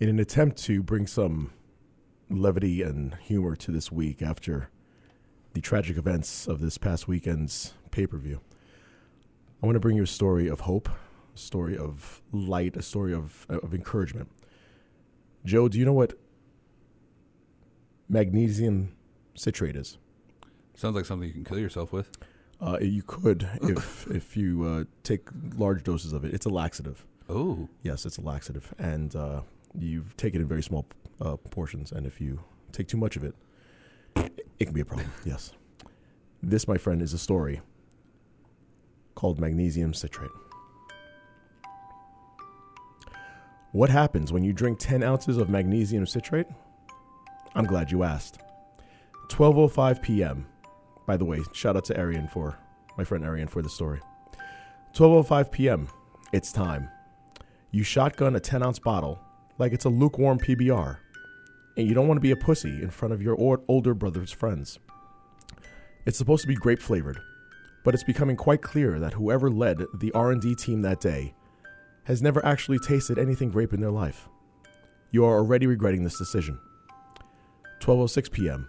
in an attempt to bring some levity and humor to this week after the tragic events of this past weekend's pay per view. I want to bring you a story of hope, a story of light, a story of, of encouragement. Joe, do you know what magnesium citrate is? Sounds like something you can kill yourself with. Uh, you could if if you uh, take large doses of it. It's a laxative. Oh, Yes, it's a laxative, and uh, you take it in very small uh, portions. And if you take too much of it, it can be a problem. yes, this, my friend, is a story called magnesium citrate. What happens when you drink 10 ounces of magnesium citrate? I'm glad you asked. 12:05 p.m. By the way, shout out to Arian for my friend Arian for the story. 12:05 p.m. It's time. You shotgun a 10 ounce bottle like it's a lukewarm PBR, and you don't want to be a pussy in front of your or- older brother's friends. It's supposed to be grape flavored, but it's becoming quite clear that whoever led the R&D team that day has never actually tasted anything grape in their life. You are already regretting this decision. 12:06 p.m.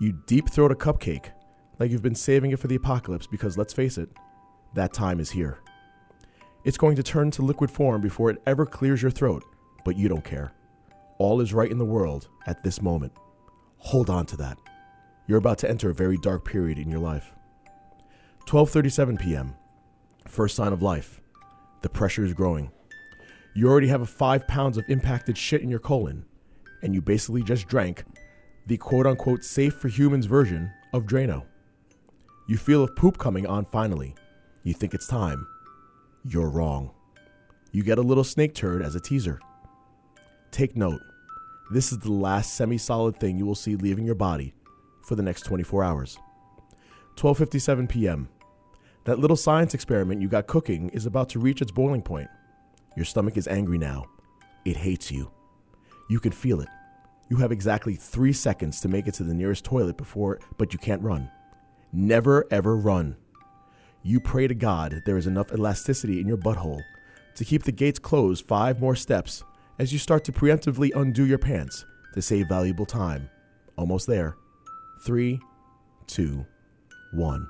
You deep throat a cupcake like you've been saving it for the apocalypse because let's face it, that time is here. It's going to turn to liquid form before it ever clears your throat, but you don't care. All is right in the world at this moment. Hold on to that. You're about to enter a very dark period in your life. 12:37 p.m. First sign of life. The pressure is growing. You already have 5 pounds of impacted shit in your colon and you basically just drank the quote-unquote safe for humans version of Drano. You feel of poop coming on finally. You think it's time. You're wrong. You get a little snake turd as a teaser. Take note. This is the last semi-solid thing you will see leaving your body for the next 24 hours. 12:57 p.m. That little science experiment you got cooking is about to reach its boiling point. Your stomach is angry now. It hates you. You can feel it. You have exactly three seconds to make it to the nearest toilet before, but you can't run. Never ever run. You pray to God there is enough elasticity in your butthole to keep the gates closed five more steps as you start to preemptively undo your pants to save valuable time. Almost there. Three, two, one.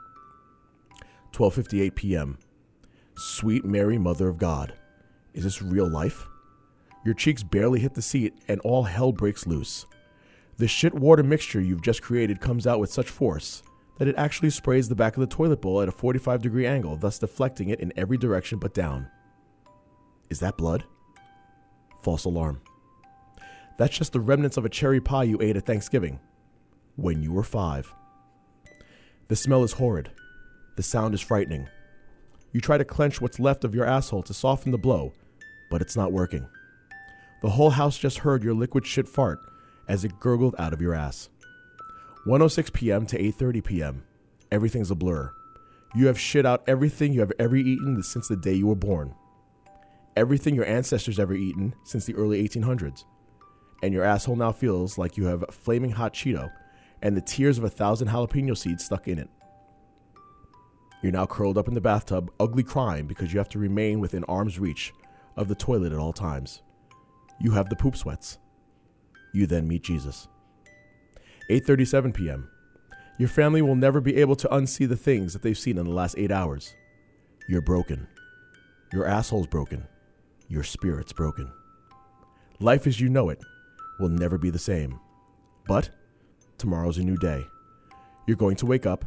12:58 p.m. Sweet Mary, Mother of God, is this real life? Your cheeks barely hit the seat, and all hell breaks loose. The shit water mixture you've just created comes out with such force that it actually sprays the back of the toilet bowl at a 45 degree angle, thus deflecting it in every direction but down. Is that blood? False alarm. That's just the remnants of a cherry pie you ate at Thanksgiving when you were five. The smell is horrid. The sound is frightening. You try to clench what's left of your asshole to soften the blow, but it's not working. The whole house just heard your liquid shit fart as it gurgled out of your ass. 1:06 p.m. to 8:30 p.m. Everything's a blur. You have shit out everything you have ever eaten since the day you were born. Everything your ancestors ever eaten since the early 1800s. And your asshole now feels like you have a flaming hot Cheeto and the tears of a thousand jalapeno seeds stuck in it. You're now curled up in the bathtub, ugly crying because you have to remain within arm's reach of the toilet at all times you have the poop sweats. You then meet Jesus. 8:37 p.m. Your family will never be able to unsee the things that they've seen in the last 8 hours. You're broken. Your asshole's broken. Your spirit's broken. Life as you know it will never be the same. But tomorrow's a new day. You're going to wake up,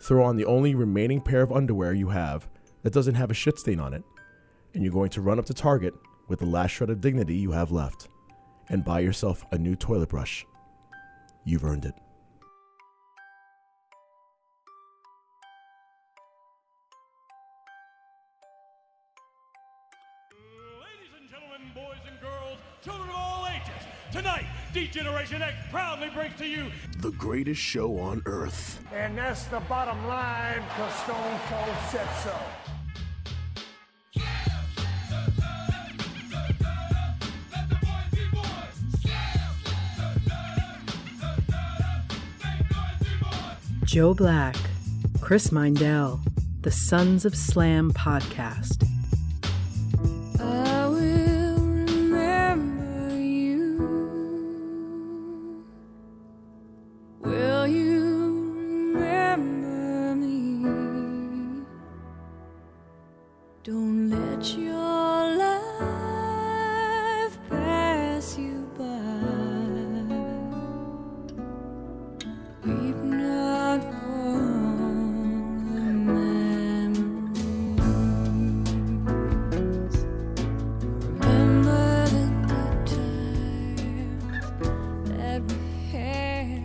throw on the only remaining pair of underwear you have that doesn't have a shit stain on it, and you're going to run up to Target with the last shred of dignity you have left and buy yourself a new toilet brush. You've earned it. Ladies and gentlemen, boys and girls, children of all ages, tonight, D-Generation X proudly brings to you The greatest show on earth. And that's the bottom line, because Stone Cold said so. Joe Black, Chris Mindell, the Sons of Slam podcast. I will remember you.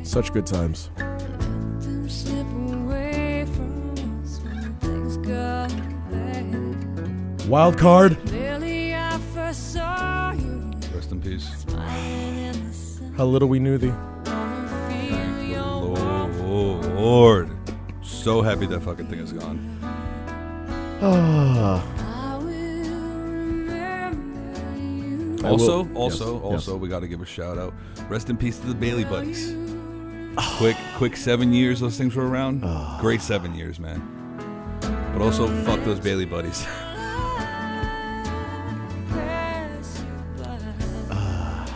Such good times. them slip away from us when things got bad. Wild card. Barely I first saw you Rest in peace. lying in the sun. How little we knew thee. Wanna feel Thank the your Lord. Oh, Lord. So happy that fucking thing is gone. Ah. I will remember you. I Also, will- also, yes, also, yes. we got to give a shout out. Rest in peace to the Bailey Buddies. quick, quick seven years those things were around. Ah. Great seven years, man. But also, fuck those Bailey Buddies. Pass you by.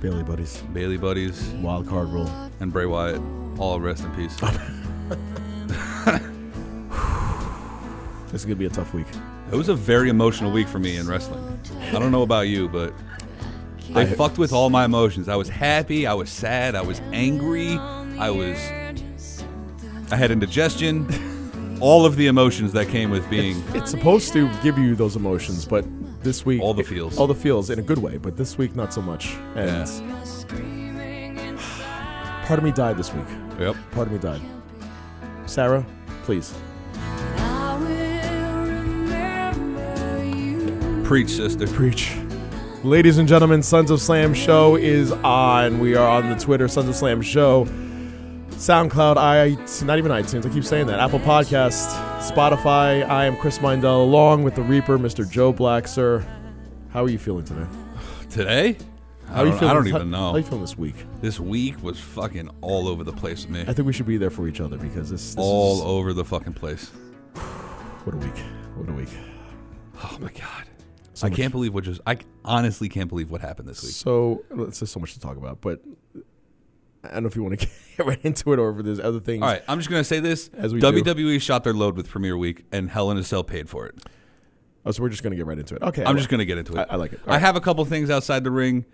Bailey buddies. Bailey Buddies Wild card rule. and Bray Wyatt. All rest in peace. This is gonna be a tough week. It was a very emotional week for me in wrestling. I don't know about you, but I, fucked with all my emotions. I was happy, I was sad, I was angry, I was I had indigestion. All of the emotions that came with being It's supposed to give you those emotions, but this week All the feels. all the feels in a good way. But this week, not so much. And part of me died this week. Yep. Part of me died. Sarah, please. I will remember you. Preach, sister. Preach. Ladies and gentlemen, Sons of Slam Show is on. We are on the Twitter, Sons of Slam Show, SoundCloud, I not even iTunes. I keep saying that. Apple Podcast, Spotify. I am Chris Mindell, along with the Reaper, Mr. Joe Black, sir. How are you feeling today? Today? How I are you don't, feeling? I don't this- even how- How know. are you feeling this week? This week was fucking all over the place with me. I think we should be there for each other because this, this All is over the fucking place. what a week. What a week. Oh my god. So I much- can't believe what just I honestly can't believe what happened this week. So it's just so much to talk about, but I don't know if you want to get right into it or if there's other things. All right, I'm just gonna say this. As we do. WWE shot their load with Premier Week, and Hell in a Cell paid for it. Oh, so we're just gonna get right into it. Okay. I'm well, just gonna get into it. I- I like it. I All right. have a couple things outside the ring,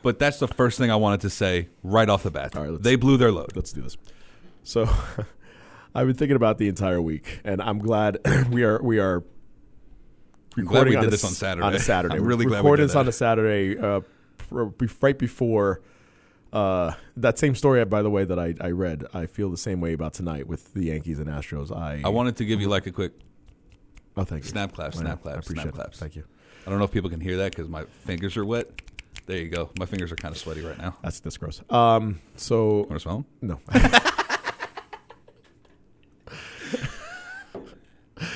but that's the first thing I wanted to say right off the bat. All right, let's- they blew their load. Let's do this. So, I've been thinking about the entire week, and I'm glad we are we are recording glad we on did a this on s- Saturday. On a Saturday, I'm We're really glad we recording did this that. on a Saturday, uh, pr- be- right before. Uh, that same story, by the way, that I, I read, I feel the same way about tonight with the Yankees and Astros. I I wanted to give Mm-hmm. you like a quick. oh, thank you. Snap claps, I know. snap claps, I appreciate snap it. claps. Thank you. I don't know if people can hear that because my fingers are wet. There you go. My fingers are kind of sweaty right now. That's that's gross. Um, so Want to smell 'em? no,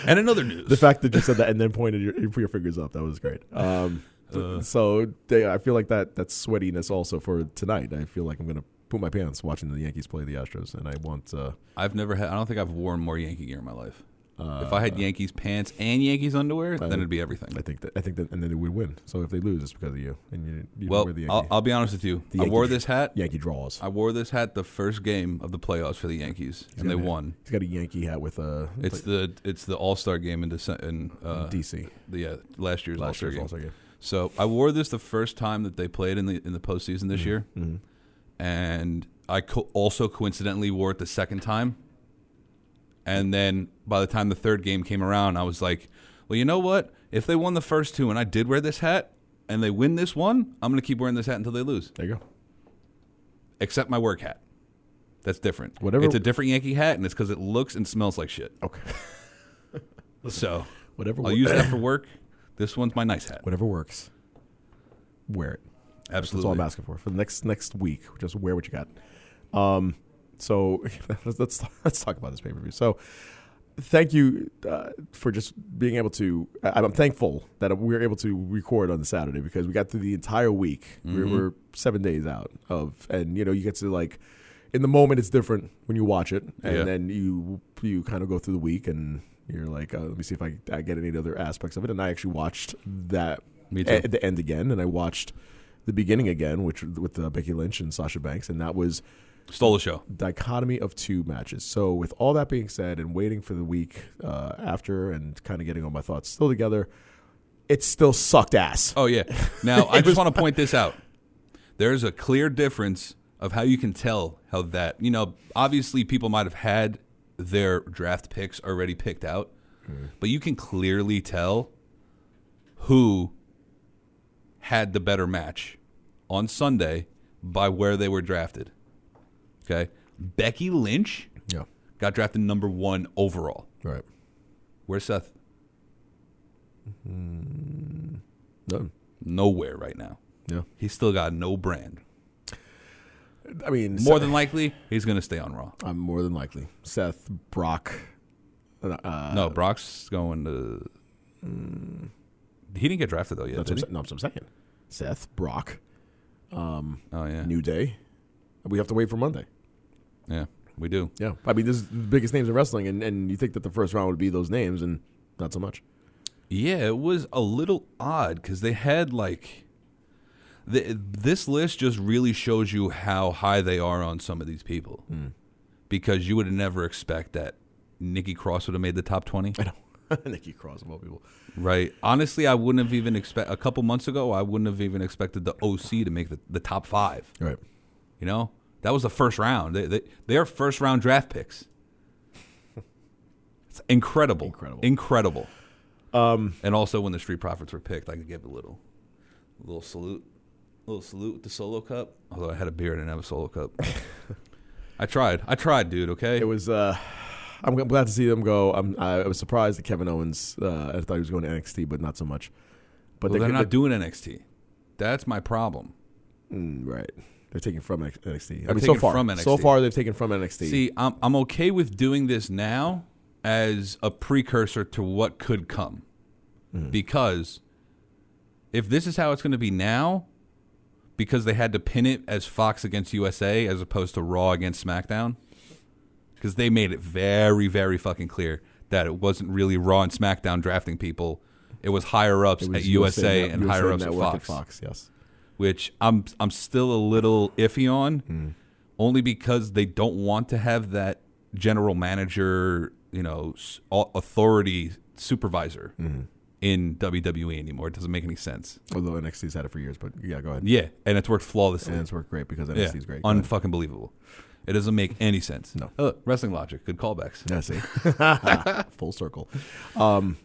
And another news. the fact that you said that and then pointed your, you put your fingers up that was great um, Uh. so they, i feel like that that sweatiness also for tonight i feel like i'm gonna poop my pants watching the yankees play the astros and i want uh, I've never had. I don't think I've worn more Yankee gear in my life. if I had Yankees pants and Yankees underwear, then it'd be everything. Uh, i think that i think that and then they would win so if they lose it's because of you and you, you Well, wear the I'll, yankee, I'll be honest with you. the I Yankee wore dr- this hat. yankee draws I wore this hat the first game of the playoffs for the Yankees, He's and they got a- won. he's got a yankee hat with a It's the it's the All Star game in December, in uh, dc the uh, last year's All last Star year's game. all-star game So I wore this the first time that they played in the in the postseason Mm-hmm. this year, and I co- also coincidentally wore it the second time. And then by the time the third game came around, I was like, "Well, you know what? If they won the first two, and I did wear this hat, and they win this one, I'm gonna keep wearing this hat until they lose, there you go except my work hat. That's different. Whatever- It's a different Yankee hat, and it's because it looks and smells like shit. okay So whatever I'll wor- use that for work. This one's my nice hat. whatever works wear it That's all Absolutely. I'm asking for for the next next week. Just wear what you got. Um, so let's, let's let's talk about this pay per view. So thank you uh, for just being able to. I, I'm thankful that we were able to record on the Saturday because we got through the entire week. We Mm-hmm. were seven days out of, and you know you get to like. In the moment, it's different when you watch it, and Yeah. then you you kind of go through the week, and you're like, uh, let me see if I, I get any other aspects of it. And I actually watched that Me too. a- the end again, and I watched the beginning again, which with uh, Becky Lynch and Sasha Banks, and that was Stole the show. dichotomy of two matches. So, with all that being said, and waiting for the week uh, after, and kind of getting all my thoughts still together, it still sucked ass. Oh yeah. Now I just want to point this out. There's a clear difference of how you can tell how that you know. Obviously, people might have had their draft picks already picked out, but you can clearly tell who had the better match on Sunday by where they were drafted. Okay. Becky Lynch Yeah. got drafted number one overall. Right. Where's Seth? Done. Nowhere right now. Yeah. He's still got no brand. I mean, More than likely, he's gonna stay on Raw. I'm more than likely Seth Brock. uh, no, Brock's going to. He didn't get drafted though yet. That's did what he? I'm, sa- no, that's what I'm saying. Seth Brock. Oh yeah, New Day. We have to wait for Monday. yeah, we do. Yeah. I mean, this is the biggest names in wrestling, and, and you think that the first round would be those names, and not so much. Yeah, it was a little odd because they had like. The, this list just really shows you how high they are on some of these people, Hmm. because you would never expect that Nikki Cross would have made the top twenty, I know. Nikki Cross, of all people. right? Honestly, I wouldn't have even expect a couple months ago. I wouldn't have even expected the OC to make the, the top five. Right. You know, that was the first round. They, they, their first round draft picks. It's incredible. Incredible. Incredible. Um, and also, when the Street Profits were picked, I could give a little, a little salute, a little salute with the solo cup. Although I had a beer, I didn't have a solo cup. I tried. I tried, dude. Okay. It was. uh I'm g- glad to see them go. I'm, I was surprised that Kevin Owens. Uh, I thought he was going to NXT, but not so much. But well, they're could- not doing NXT. That's my problem. Mm, right. They're taking from N- NXT. I They're mean, so taking far, from so NXT. far they've taken from NXT. See, I'm I'm okay with doing this now as a precursor to what could come. Hmm. Because if this is how it's going to be now, because they had to pin it as Fox against USA as opposed to Raw against SmackDown, because they made it very, very fucking clear that it wasn't really Raw and SmackDown drafting people. It was higher ups It was at USA, Net- and USA higher ups at Network Fox, Yes. which I'm I'm still a little iffy on, Hmm. only because they don't want to have that general manager, you know, s- au- authority supervisor Hmm. in WWE anymore. It doesn't make any sense. Although NXT's had it for years, but yeah, go ahead. Yeah, and it's worked flawlessly. And it's worked great because yeah, NXT's great. Go ahead. unfucking believable. It doesn't make any sense. No. Oh, wrestling logic, good callbacks. I see. Full circle.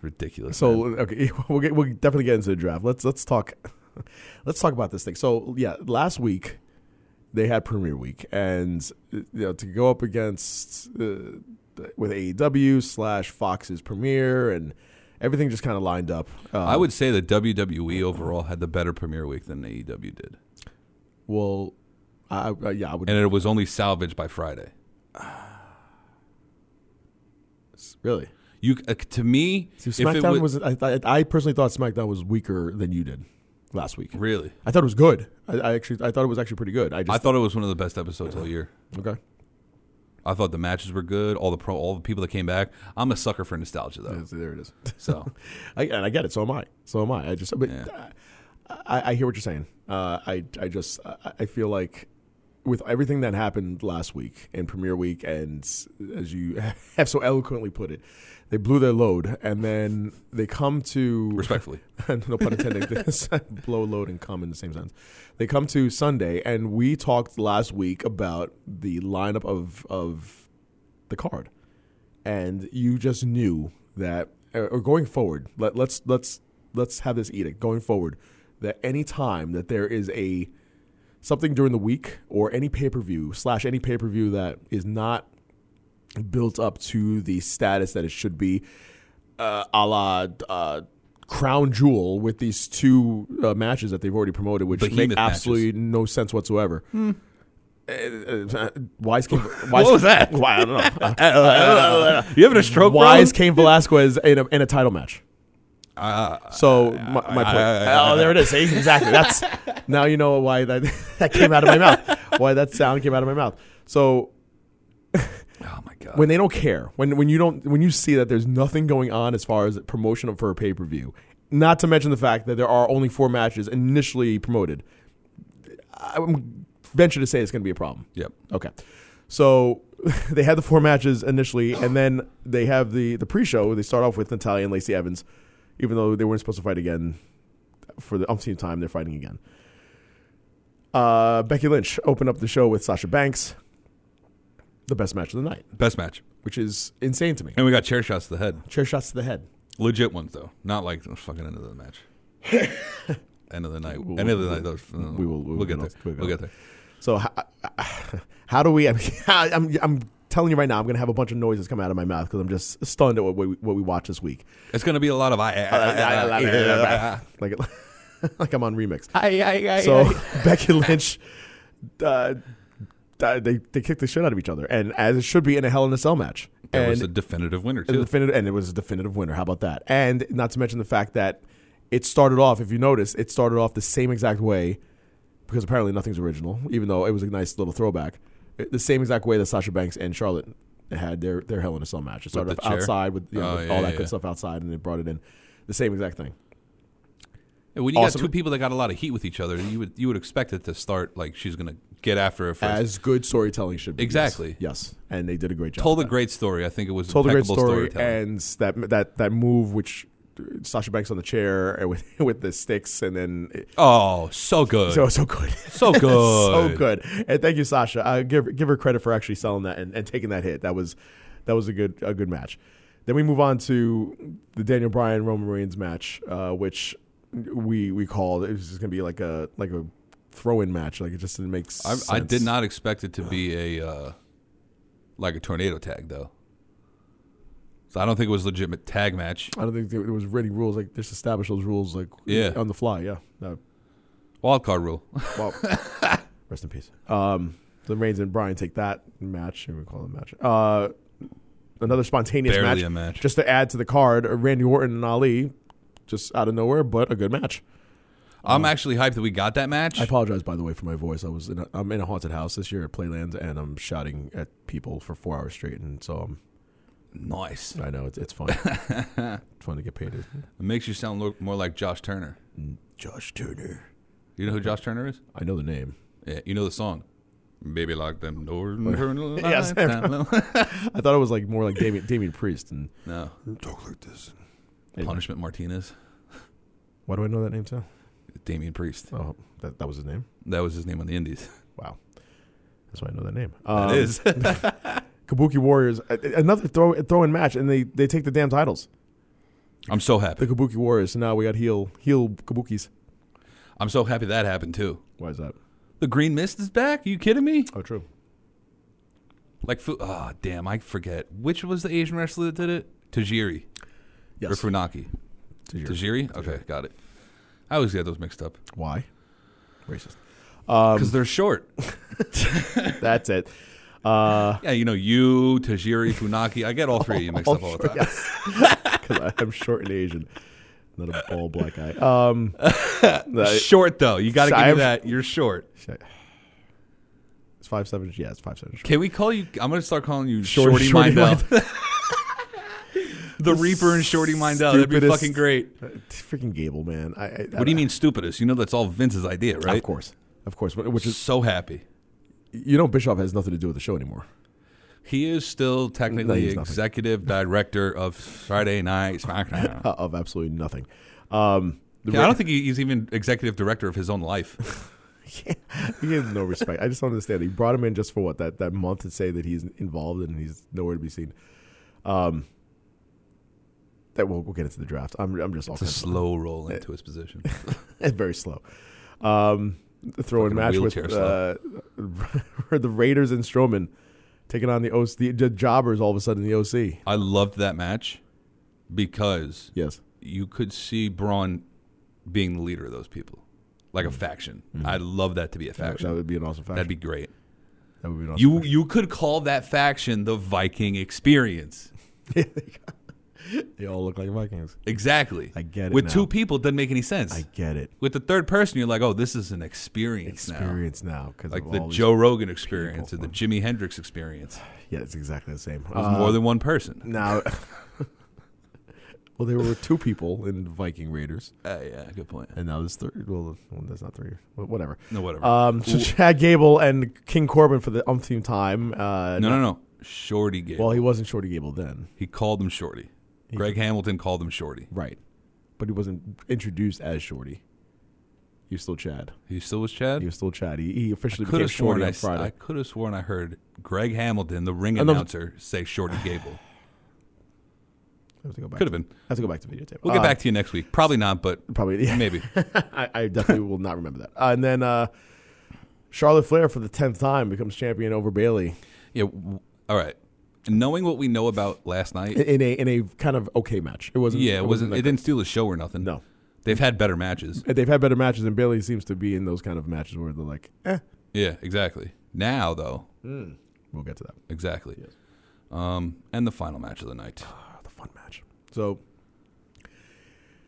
Ridiculous. man. So okay, we'll get, we'll definitely get into the draft. Let's let's talk let's talk about this thing. So yeah, last week they had Premier Week, and uh, you know to go up against uh, with AEW slash Fox's Premier and everything just kind of lined up. Uh, I would say that WWE overall had the better premiere week than AEW did, well, I, I yeah, I would and it was only salvaged by Friday. really. You uh, to me, See, if it SmackDown was, I, I I personally thought SmackDown was weaker than you did last week. really. I thought it was good. I, I actually I thought it was actually pretty good. I just I thought it was one of the best episodes all year. okay. I thought the matches were good. All the pro, all the people that came back. I'm a sucker for nostalgia though. Yeah, so there it is. So I, and I get it. So am I. So am I. I just, but Yeah. I, I hear what you're saying. Uh, I, I just, I, I feel like with everything that happened last week in Premier Week, and as you have so eloquently put it, they blew their load, and then they come to respectfully, no pun intended. This- blow load and come in the same sentence. They come to Sunday, and we talked last week about the lineup of of the card, and you just knew that. Or or going forward, let, let's let's let's have this edict going forward. That any time that there is a something during the week or any pay per view slash any pay per view that is not built up to the status that it should be, uh, a la uh, crown jewel with these two uh, matches that they've already promoted, which make Behemoth matches. absolutely no sense whatsoever. Uh, uh, Wise came. Wise What was that? Why, I don't know. you having a stroke? Wise came Velasquez in a, in a title match. so my, my point. oh, there it is. See? exactly. That's now you know why that that came out of my mouth. Why that sound came out of my mouth. So Oh my god. when they don't care, when when you don't, when you see that there's nothing going on as far as promotion for a pay per view, not to mention the fact that there are only four matches initially promoted, I would venture to say it's going to be a problem. yep. Okay. So they had the four matches initially, and then they have the the pre-show. They start off with Natalia and Lacey Evans, even though they weren't supposed to fight again for the umpteenth time. They're fighting again. Uh, Becky Lynch opened up the show with Sasha Banks, the best match of the night, Best match. which is insane to me. And we got chair shots to the head. Chair shots to the head. Legit ones though. Not like the fucking end of the match. end of the night. End of the night. Those, we will- we will we'll get get there. those. We'll We'll get get there. So how, how do we? I mean, I'm I'm telling you right now, I'm gonna have a bunch of noises come out of my mouth because I'm just stunned at what we what we watched this week. It's going to be a lot of I. I- like like I'm on remix. so Becky Lynch, uh, uh, they they kicked the shit out of each other, and as it should be in a Hell in a Cell match. There and was a definitive winner and, too. definitive, and it was a definitive winner. How about that? And not to mention the fact that it started off, if you notice, it started off the same exact way because apparently nothing's original, even though it was a nice little throwback. It- the same exact way that Sasha Banks and Charlotte had their, their Hell in a Cell match. It started the off chair? outside with, you know, Oh, with yeah, all that yeah, yeah. good stuff outside, and they brought it in. The same exact thing. When you awesome. got two people that got a lot of heat with each other, you would you would expect it to start like she's going to get after it first. As good storytelling should be. yes. Exactly. Yes. And they did a great job. told a with that. great story. I think it was told a great impeccable story, storytelling. and that that that move which Sasha Banks on the chair and with with the sticks, and then it, oh, so good. so so good, So good. so good. And thank you, Sasha. I give give her credit for actually selling that and, and taking that hit. That was that was a good a good match. Then we move on to the Daniel Bryan Roman Reigns match, uh, which we we called it was just gonna be like a like a throw in match. Like it just didn't make I, sense. I did not expect it to be a uh, like a tornado tag though. So I don't think it was a legitimate tag match. I don't think there there was written rules. Like just establish those rules like Yeah. on the fly. Yeah. No. Wild card rule. Well, rest in peace. Um, the Reigns and Bryan take that match, and we call it a match. Uh, another spontaneous Barely match, a match. Just to add to the card, uh, Randy Orton and Ali, just out of nowhere, but a good match. I'm actually hyped that we got that match. I apologize, by the way, for my voice. I was in a, I'm in a haunted house this year at Playland, and I'm shouting at people for four hours straight, and so um, nice. I know it's it's fun. it's fun to get paid. to- It makes you sound lo- more like Josh Turner. Josh Turner. You know who Josh Turner is? I know the name. Yeah, you know the song. Baby like them doors. and turn the Yes, lights down low. I thought it was like more like Damien, Damien Priest and no. talk like this. Punishment Martinez. Why do I know that name too? Damian Priest. Oh, that, that was his name. That was his name on the Indies. Wow. That's why I know that name. That Um, is. Kabuki Warriors, a- a- another throw throw in match, and they, they take the damn titles. I'm so The happy. Kabuki Warriors. So now we got heel heel Kabukis. I'm so happy that happened too. Why is that? The Green Mist is back. you kidding me? Oh, true. Like, fu- oh damn, I forget which was the Asian wrestler that did it. Tajiri Yes. or Funaki. Tajiri. Tajiri. Okay, got it. I always get those mixed up Why? Racist. because they're short. That's it. Uh, yeah, you know, you Tajiri Funaki. I get all three of you mixed up all the time. because I'm short and Asian, not a bald black guy. Um, I- Short though, you got to So give me I've- that. You're short. it's five seven. Yeah, it's five seven. Short. Can we call you? I'm gonna start calling you Short- Shorty, Shorty Mindell. the Reaper and Shorty Mindell. That'd be Stupidest- fucking great. Uh, Freaking Gable, man. I, I, What do you mean stupidest? You know that's all Vince's idea, right? Of course, of course. Which is So happy. you know, Bischoff has nothing to do with the show anymore. He is still technically he's nothing. executive director of Friday Night SmackDown. Uh, of absolutely nothing. Um, the Yeah, I Ra- don't think he- he's even executive director of his own life. he has no respect. I just don't understand. He brought him in just for what that that month to say that he's involved and he's nowhere to be seen. Um, that we'll, we'll get into the draft. I'm I'm just all It's a kinds of- slow roll into his position. it's very slow. Um, the throw-in Fucking match with wheelchair uh, the Raiders and Strowman taking on the OC, the, the jobbers. All of a sudden, the OC. I loved that match because Yes, you could see Braun being the leader of those people, like a faction. I'd love that to be a Mm. that, faction. that would be an awesome faction. That'd be great. that would be an awesome You you could call that faction the Viking Experience. faction. They all look like Vikings. Exactly. I get it With now. two people, it doesn't make any sense. I get it. With the third person, you're like, oh, this is an experience, now. Experience now, because like the Joe Rogan experience or the Jimi Hendrix experience. Yeah, it's exactly the same. It was Uh, more than one person. Now, well, there were two people in Viking Raiders, Uh, yeah, good point. and now there's three. Well, well, that's not three. Wh- Whatever. No, whatever. Um, so Ooh. Chad Gable and King Corbin for the umpteenth time. Uh, no, no, no. Shorty Gable. Well, he wasn't Shorty Gable then, he called him Shorty. Greg Hamilton called him Shorty. right? But he wasn't introduced as Shorty. He was still Chad. He still was Chad. He was still Chad. He, he officially could became have sworn Shorty I, on Friday. could have sworn I heard Greg Hamilton, the ring Another- announcer, say Shorty Gable. I have to go back. Could have to- been. I have to go back to videotape. We'll get back to you next week. Probably not, but probably. Yeah. maybe. I, I definitely will not remember that. Uh, and then uh, Charlotte Flair for the tenth time becomes champion over Bailey Yeah. w- All right. Knowing what we know about last night, in a in a kind of okay match. It wasn't. yeah, it wasn't. that It didn't steal the show or nothing. No. They've had better matches. great. They've had better matches, and Bailey seems to be in those kind of matches where they're like, eh, Yeah, exactly. Now though, we'll get to that. exactly. Um, and the final match of the night. Oh, the fun match. So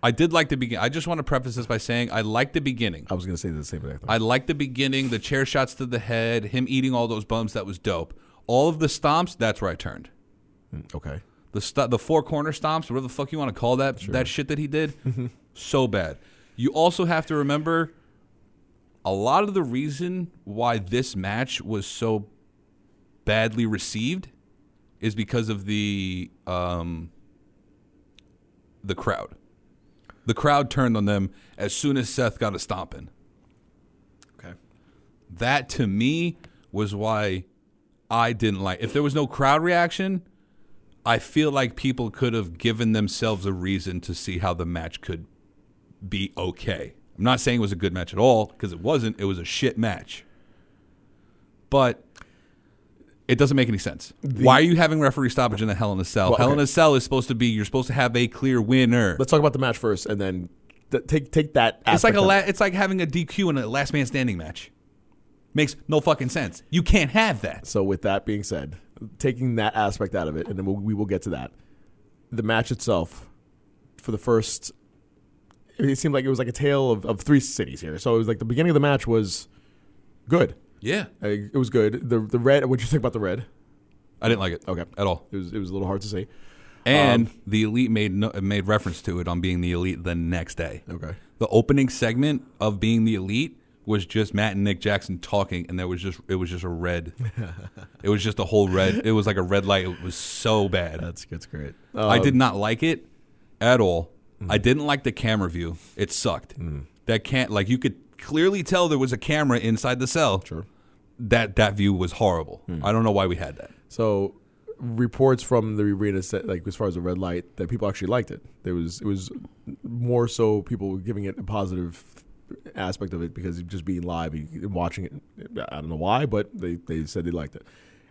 I did like the begin. I just want to preface this by saying I like the beginning. I was gonna say the same thing. I like the beginning, the chair shots to the head, him eating all those bumps. That was dope. All of the stomps. That's where I turned. mm, okay. the stu- the four corner stomps, whatever the fuck you want to call that that shit that he did, so bad. You also have to remember a lot of the reason why this match was so badly received is because of the um, the crowd. The crowd turned on them as soon as Seth got a stomping. Okay. That to me was why I didn't like. If there was no crowd reaction, I feel like people could have given themselves a reason to see how the match could be okay. I'm not saying it was a good match at all because it wasn't. It was a shit match. But it doesn't make any sense. Why are you having referee stoppage in the Hell in a Cell? Well, Hell in okay. a Cell is supposed to be you're supposed to have a clear winner. Let's talk about the match first, and then th- take take that. It's aspect like a of la- it. it's like having a DQ in a last man standing match. Makes no fucking sense. You can't have that. So with that being said, taking that aspect out of it, and then we'll, we will get to that. The match itself, for the first, it seemed like it was like a tale of, of three cities here. So it was like the beginning of the match was good. Yeah. Uh, It was good. The the red. What do you think about the red? I didn't like it. Okay. Um, At all. It was it was a little hard to say. And the elite made no, made reference to it on being the elite the next day. Okay. The opening segment of being the elite was just Matt and Nick Jackson talking, and there was just it was just a red. it was just a whole red. It was like a red light. It was so bad. That's that's great. I did not like it at all. I didn't like the camera view. It sucked. That can't like you could clearly tell there was a camera inside the cell. Sure. That that view was horrible. I don't know why we had that. So reports from the arena said, like as far as the red light, that people actually liked it. There was it was more so people were giving it a positive aspect of it because of just being live and watching it. I don't know why, but they they said they liked it,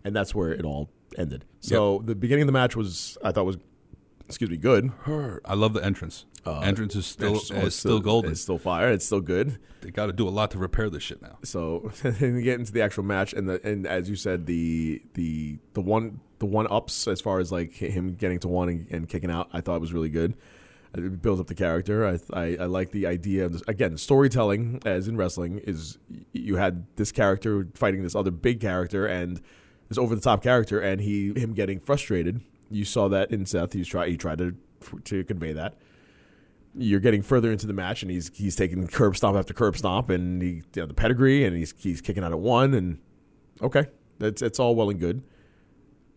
and that's where it all ended. So the beginning of the match was I thought was excuse me good. I love the entrance. entrance is still It's is still golden. It's still fire. It's still good. they got to do a lot to repair this shit now. So then you get into the actual match, and the and as you said, the the the one the one ups as far as like him getting to one and, and kicking out, I thought was really good. It builds up the character. I I, I like the idea. Of this. Again, storytelling, as in wrestling, is y- you had this character fighting this other big character and this over the top character, and he him getting frustrated. You saw that in Seth. He's try he tried to to convey that you're getting further into the match, and he's he's taking curb stomp after curb stomp, and he you know, the pedigree, and he's he's kicking out at one, and okay, that's it's all well and good,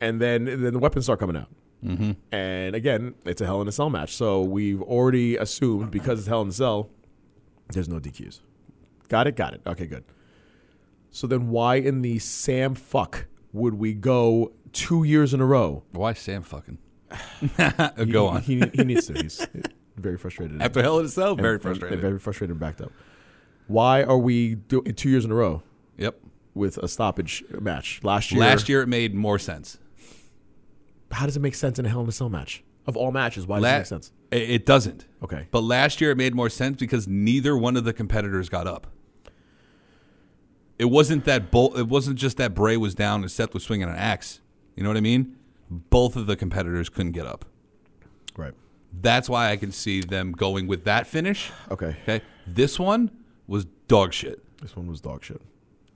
and then then the weapons start coming out, mm-hmm. and again, it's a Hell in a Cell match, so we've already assumed because it's Hell in a Cell, there's no DQs, got it, got it, okay, good. So then, why in the Sam fuck would we go two years in a row? Why Sam fucking? Go on. He, he, he needs to. He's very frustrated. After Hell in a Cell, And- very and- frustrated. and very frustrated and backed up. Why are we do- two years in a row yep. with a stoppage match last year? Last year it made more sense. how does it make sense in a Hell in a Cell match of all matches? Why does La- it make sense? I- It doesn't. Okay. But last year it made more sense because neither one of the competitors got up. It wasn't that bull. It wasn't just that Bray was down and Seth was swinging an axe. You know what I mean? Both of the competitors couldn't get up. Right. That's why I can see them going with that finish. Okay. Okay. This one was dog shit. This one was dog shit.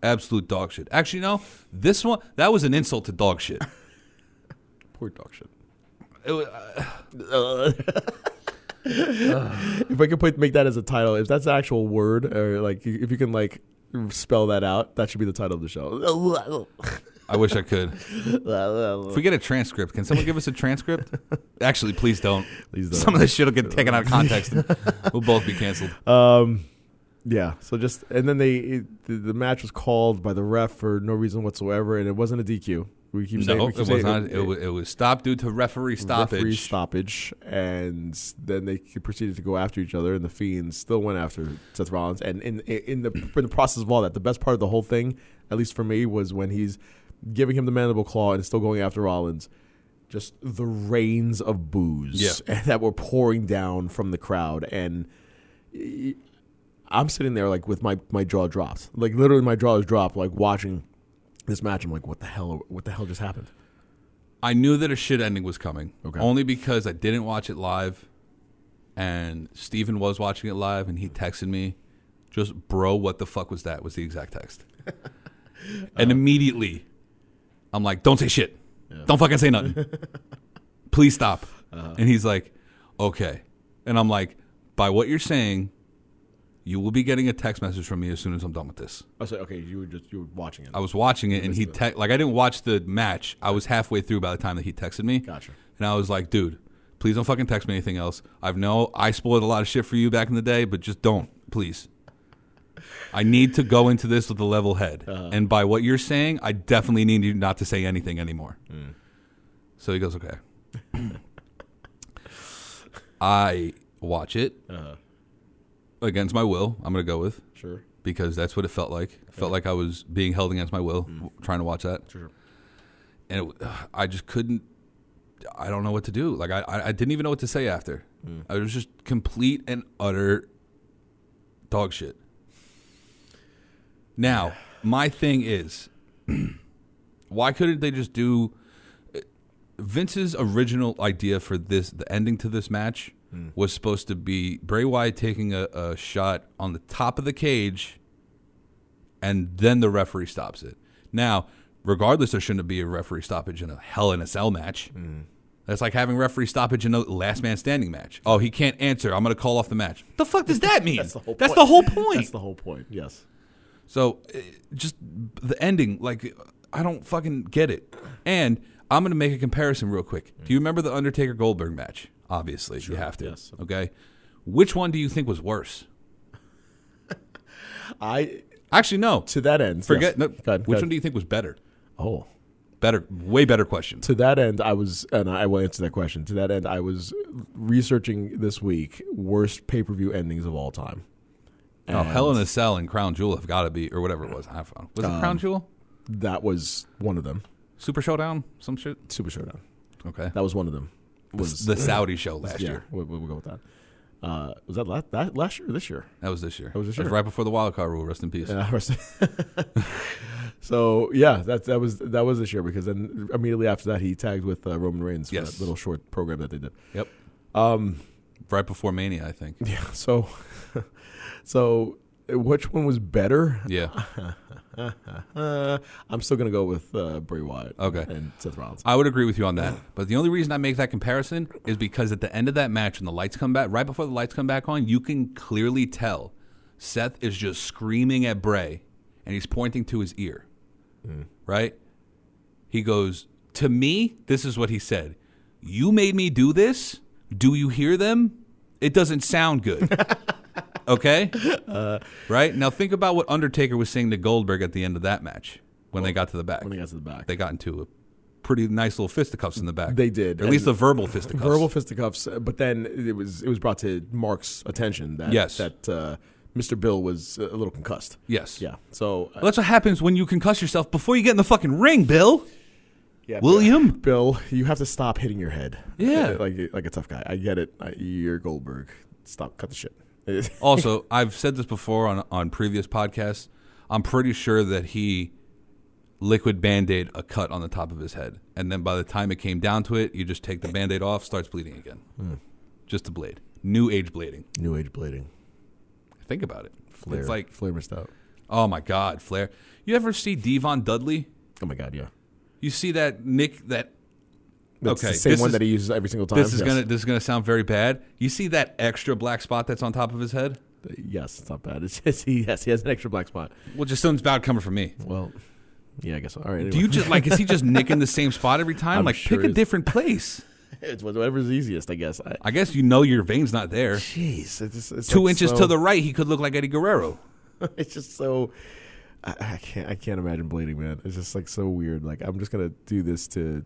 Absolute dog shit. Actually, no. This one that was an insult to dog shit. Poor dog shit. It was, If I could put make that as a title, if that's the actual word, or like if you can like spell that out, that should be the title of the show. I wish I could. if we get a transcript, can someone give us a transcript? Actually, please don't. Please don't. Some of this shit will get taken out of context. and we'll both be canceled. Yeah. So just and then they it, the, the match was called by the ref for no reason whatsoever, and it wasn't a DQ. We keep saying No, we it keep was saying- not. It, wa- it was stopped due to referee stoppage. referee stoppage, and then they proceeded to go after each other, and the Fiends still went after Seth Rollins. And in in the in the process of all that, the best part of the whole thing, at least for me, was when he's giving him the mandible claw and still going after Rollins. Just the rains of booze that were pouring down from the crowd, and I'm sitting there like with my my jaw dropped, like literally my jaw is dropped, like watching this match. I'm like, what the hell? What the hell just happened? I knew that a shit ending was coming. Okay. Only because I didn't watch it live, and Steven was watching it live, and he texted me, "Just bro, what the fuck was that?" Was the exact text. and immediately, I'm like, "Don't say shit. Don't fucking say nothing. Please stop." And he's like, "Okay," and I'm like, "By what you're saying." You will be getting a text message from me as soon as I'm done with this. I said, Oh, okay, you were just you were watching it. I was watching it, and he te- like I didn't watch the match. I was halfway through by the time that he texted me. Gotcha. And I was like, dude, please don't fucking text me anything else. I've know I spoiled a lot of shit for you back in the day, but just don't, please. I need to go into this with a level head, Uh-huh. and by what you're saying, I definitely need you not to say anything anymore. Mm. So he goes, okay. I watch it Uh-huh. against my will. I'm gonna go with Sure. because that's what it felt like. It Felt like I was being held against my will, w- trying to watch that. Sure. And it, w- I just couldn't. I don't know what to do. Like I, I, I didn't even know what to say after. I was just complete and utter dog shit. Now, my thing is, why couldn't they just do uh, Vince's original idea for this? The ending to this match Hmm. was supposed to be Bray Wyatt taking a, a shot on the top of the cage, and then the referee stops it. Now, regardless, there shouldn't be a referee stoppage in a Hell in a Cell match. Hmm. That's like having referee stoppage in a last man standing match. Oh, he can't answer. I'm going to call off the match. The fuck does that mean? That's the whole. That's point. the whole point. That's the whole point. Yes. So eh, just the ending, like I don't fucking get it. And I'm gonna make a comparison real quick. Do you remember the Undertaker Goldberg match? Obviously, you have to. yes. Okay. Which one do you think was worse? I Actually, no. to that end. yes. Forget. No, Go ahead, which go one do you think was better? ahead. Oh. Better, way better question. To that end, I was, and I will answer that question. To that end, I was researching this week worst pay per view endings of all time. Oh, Hell in a Cell and Crown Jewel have got to be, or whatever it was. I found. Was it Crown Jewel? That was one of them. Super Showdown? Some shit. Super Showdown. Okay. That was one of them. Was the Saudi show last yeah, year. We'll, we'll go with that. Uh, was that last, that last year or this year? That was this year. That was this year. right before the wild card rule. Rest in peace. Yeah, rest- so yeah, that that was that was this year because then immediately after that he tagged with uh, Roman Reigns for Yes. that little short program that they did. Yep. Um, right before Mania, I think. Yeah. So, so uh, which one was better? Yeah. Uh, I'm still gonna go with uh, Bray Wyatt. Okay. Uh, And Seth Rollins. I would agree with you on that. But the only reason I make that comparison is because at the end of that match, when the lights come back, right before the lights come back on, you can clearly tell Seth is just screaming at Bray and he's pointing to his ear. Right? He goes, To me, this is what he said You made me do this. Do you hear them? It doesn't sound good. okay? Uh, right? Now think about what Undertaker was saying to Goldberg at the end of that match when they got to the back When they got to the back, they got into a pretty nice little fisticuffs in the back. They did, Or at least and- the verbal fisticuffs. verbal fisticuffs. uh, But then it was it was brought to Mark's attention that Yes. that uh, Mr. Bill was uh, a little concussed. Yes. Yeah. So uh, Well, that's what happens when you concuss yourself before you get in the fucking ring, Bill. Yeah, William? Bill, you have to stop hitting your head. Uh, Yeah. like like a tough guy. I get it. I, you're Goldberg. Stop. Cut the shit. Also, I've said this before on on previous podcasts. I'm pretty sure that he liquid band-aid a cut on the top of his head. And then by the time it came down to it, you just take the band-aid off, starts bleeding again. Hmm. Just a blade. New age blading. New age blading. Think about it. Flair. It's like, Flair missed out. oh my God, Flair. You ever see Devon Dudley? Oh my god. Yeah. You see that Nick, that That's Okay, The same this one is- that he uses every single time. This is yes. gonna this is gonna sound very bad. You see that extra black spot that's on top of his head? Uh, Yes, it's not bad. It's just he. Yes, he has an extra black spot. Well, just sounds bad coming from me. Well, yeah, I guess. All right. Do you just like is he just nicking the same spot every time? I'm like sure pick a it's- different place. it's whatever's easiest, I guess. I, I guess you know your vein's not there. jeez, it's, just- it's Two like inches so- to the right, he could look like Eddie Guerrero. It's just so. I, I can't. I can't imagine blading, man. It's just like so weird. Like I'm just gonna do this to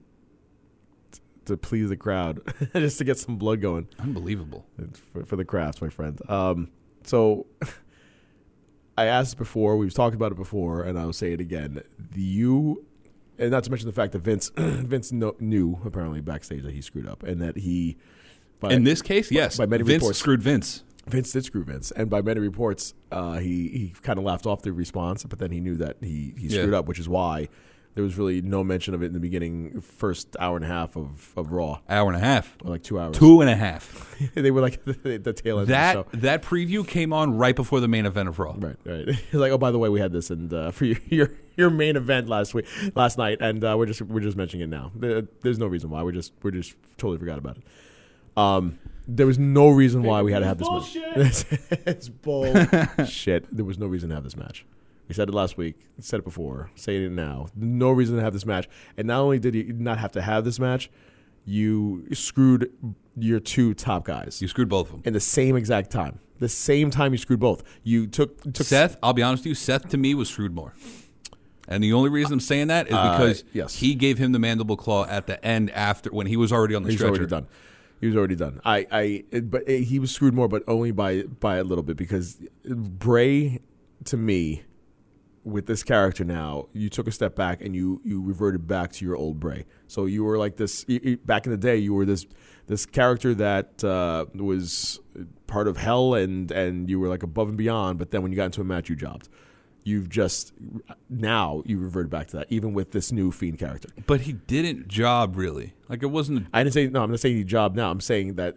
to please the crowd, just to get some blood going Unbelievable. It's for, for the crafts, my friend. Um, so I asked before. We've talked about it before, and I'll say it again. The you, and not to mention the fact that Vince Vince kno knew apparently backstage that he screwed up, and that he. By, In this case, yes. by many Vince reports- screwed Vince. Vince did screw Vince, and by many reports, uh, he he kind of laughed off the response, but then he knew that he he Yeah. screwed up, which is why there was really no mention of it in the beginning, first hour and a half of of Raw, Hour and a half. or like two hours. Two and a half. they were like the, the tail end. That of the show. that preview came on right before the main event of Raw. Right, right. like, oh, by the way, we had this, and uh, for your, your your main event last week, last night, and uh, we're just we're just mentioning it now. There- uh, There's no reason why we're just we're just totally forgot about it. Um, there was no reason why we had to have this match. it's bullshit. There was no reason to have this match. We said it last week. Said it before. Saying it now. No reason to have this match. And not only did you not have to have this match, you screwed your two top guys You screwed both of them. in the same exact time. The same time you screwed both. You took took Seth, I'll be honest with you, Seth to me was screwed more. And the only reason I'm saying that is because Uh, yes. he gave him the mandible claw at the end after when he was already on the He was stretcher. already done. He was already done. I, I, it- but it- he was screwed more, but only by by a little bit because Bray, to me, with this character now, you took a step back and you you reverted back to your old Bray. So you were like this y- y- back in the day. You were this this character that uh, was part of hell and and you were like above and beyond. But then when you got into a match, you jobbed. You've just now you revert back to that, even with this new fiend character. But he didn't job really. Like it wasn't I didn't say no. I'm not saying he job now. I'm saying that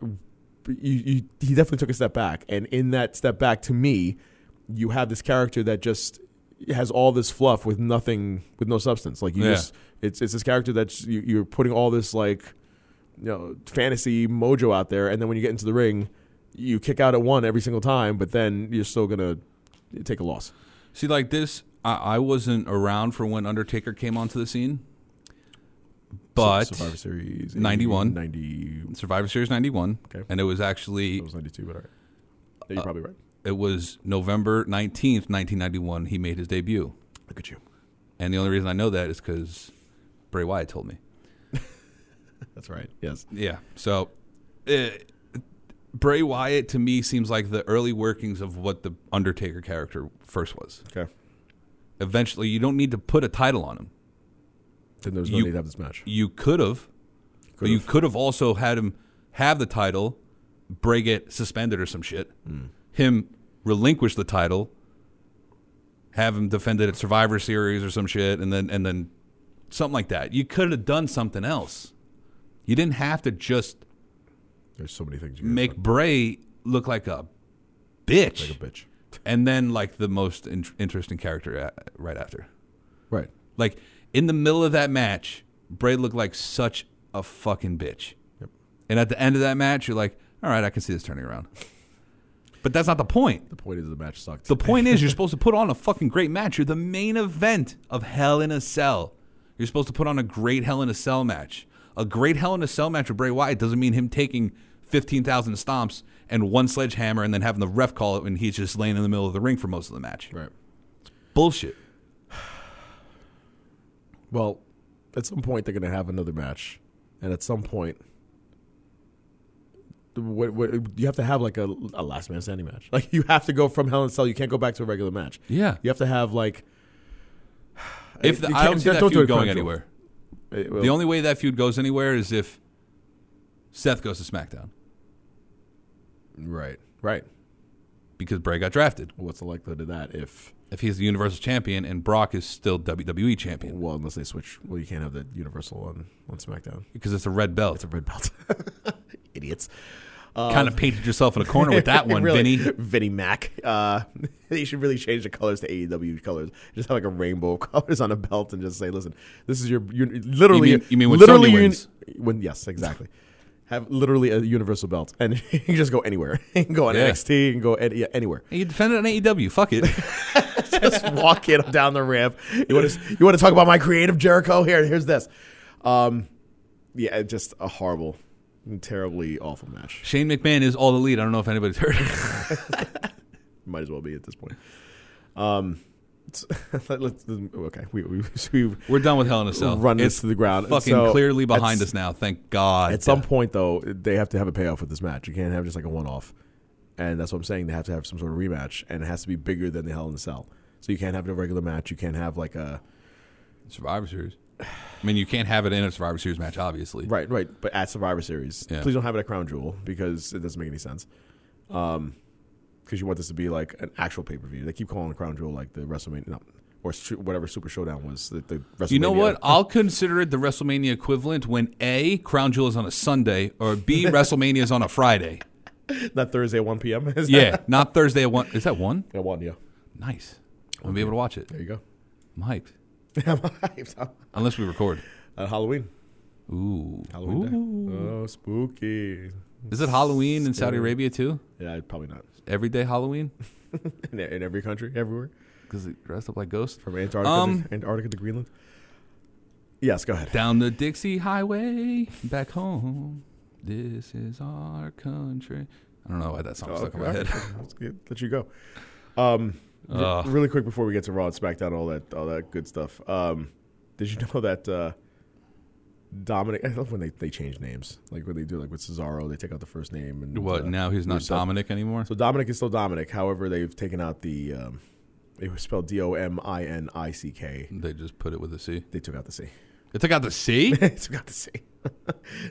you, you he definitely took a step back, and in that step back, to me, you have this character that just has all this fluff with nothing, with no substance. Like you Yeah. just, it's it's this character that's you, you're putting all this like, you know, fantasy mojo out there, and then when you get into the ring, you kick out at one every single time, but then you're still gonna take a loss. See, like this, I, I wasn't around for when Undertaker came onto the scene, but Survivor Series 91. 90, Survivor Series '91, Okay. and it was actually it was 92, but all right. Yeah, you're probably right. it was November 19th, 1991. He made his debut, Look at you. and the only reason I know that is because Bray Wyatt told me. That's right. Yes. Yeah, so uh, Bray Wyatt to me seems like the early workings of what the Undertaker character first was. Okay. Eventually, you don't need to put a title on him. Then there's no You- need to have this match. You could have, but you could have also had him have the title, Bray get suspended or some shit, Hmm. him relinquish the title, have him defended at Survivor Series or some shit, and then and then something like that. You could have done something else. You didn't have to just There's so many things you make Bray look like a bitch, like a bitch. and then like the most in- interesting character a- right after. Right. Like in the middle of that match, Bray looked like such a fucking bitch. Yep. And at the end of that match, you're like, all right, I can see this turning around. But that's not the point. The point is the match sucked. The point is you're supposed to put on a fucking great match. You're the main event of Hell in a Cell. You're supposed to put on a great Hell in a Cell match. A great Hell in a Cell match with Bray Wyatt doesn't mean him taking 15,000 stomps and one sledgehammer and then having the ref call it and he's just laying in the middle of the ring for most of the match. right. Bullshit. Well, at some point they're gonna have another match, and at some point, the- what, what, you have to have like a, a last man standing match. Like you have to go from Hell in a Cell. You can't go back to a regular match. Yeah. You have to have like If You the, I don't can't- see that don't do feud it going contrary. anywhere. eh, well, The only way that feud goes anywhere is if Seth goes to SmackDown right, right. because Bray got drafted. What's the likelihood of that if If he's the Universal Champion and Brock is still WWE Champion well unless they switch? Well, you can't have the Universal on on SmackDown. because it's a red belt. It's a red belt. Idiots. kind of painted yourself in a corner with that one, Um, really, Vinny. Vinny Mac. Uh, they should really change the colors to AEW colors. Just have like a rainbow of colors on a belt and just say, "Listen, this is your, your literally You mean- you mean when literally Sonya your- wins? when yes, exactly. have literally a universal belt, and you can just go anywhere. You can go on Yeah. NXT, you can go an- yeah, anywhere. Hey, you defended on AEW. Fuck it. just walk it down the ramp. You want to you want to talk about my creative Jericho? Here, here's this. Um, yeah, just a horrible, terribly awful match. Shane McMahon is all the lead. I don't know if anybody's heard. Might as well be at this point. Um, Let- let's- okay, we, we, we We're done with Hell in a Cell. run it's this to the ground. And fucking so clearly behind at, us now. Thank God. At some point, though, they have to have a payoff with this match. You can't have just like a one-off, and that's what I'm saying. They have to have some sort of rematch, and it has to be bigger than the Hell in a Cell. So you can't have a regular match. You can't have like a Survivor Series. I mean, you can't have it in a Survivor Series match, obviously. right, right, but at Survivor Series, Yeah. please don't have it at Crown Jewel because it doesn't make any sense. Um, because you want this to be like an actual pay per view. They keep calling Crown Jewel like the WrestleMania, no, or su- whatever Super Showdown was. The, the WrestleMania. You know what? I'll consider it the WrestleMania equivalent when A, Crown Jewel is on a Sunday, or B, WrestleMania is on a Friday. That Thursday at 1 p.m. Is Yeah, not Thursday at 1. Is that 1? That, at 1, yeah. Nice. I'm going to be able to watch it. There you go. I'm hyped. Unless we record. At Halloween. Ooh. Halloween Day. Oh, spooky. Is it Halloween in Saudi Arabia too? Yeah, I'd probably not. Every day Halloween? In, in every country, everywhere, Because they dressed up like ghosts? from Antarctica, Um, to, Antarctica to Greenland. Yes, go ahead. Down the Dixie Highway, back home. This is our country. I don't know why that song stuck in my Okay. head. Let's get- let you go. Um, re- Uh, really quick before we get to Raw and SmackDown, all that, all that good stuff. Um, did you know that uh, Dominic? I love when they, they change names, like when they do like with Cesaro, they take out the first name and What? uh, Now he's weird not stuff. Dominic anymore. So Dominic is still Dominic. However, they've taken out the. Um, it was spelled D O M I N I C K. They just put it with a C. They took out the C. They took out the C. they took out the C.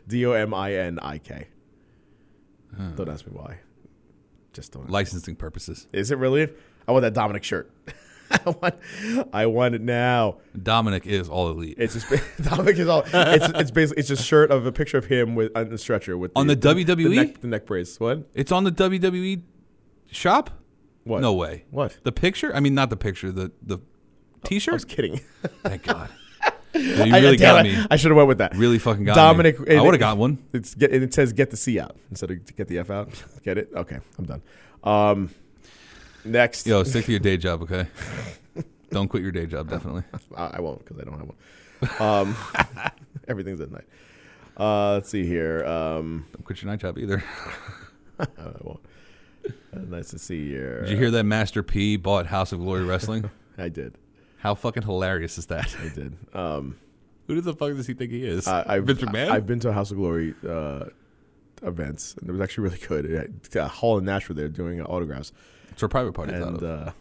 D O M I N I K. Don't ask me why. Just don't. Licensing purposes. Is it really? I want that Dominic shirt. I want. I want it now. Dominic is all elite. It's just Dominic is all. It's it's basically it's just shirt of a picture of him with on the stretcher with On the E? WWE? the neck, the neck brace. What? it's on the WWE shop. What? No way. What? The picture? I mean, not the picture. The the I was T-shirt. kidding. Thank God. Yeah, you I- really damn got it. me. I should have went with that. Really fucking got me. Dominic. I would've got one. It's get, and it says get the C out instead of get the F out. Get it? Okay, I'm done. Um, next, Yo, stick to your day job, okay? Don't quit your day job, definitely. I, I won't because I don't have one. Um, everything's at night. Uh, let's see here. Um, Don't quit your night job either. I won't. Uh, nice to see here. Did you hear that Master P bought House of Glory Wrestling? I did. How fucking hilarious is that? I did. Um, Who the fuck does he think he is? I, I've, Vince McMahon? I, have been to House of Glory uh, events, and it was actually really good. It, uh, Hall and Nash were there doing uh, autographs, it's a private party. I thought and of. uh,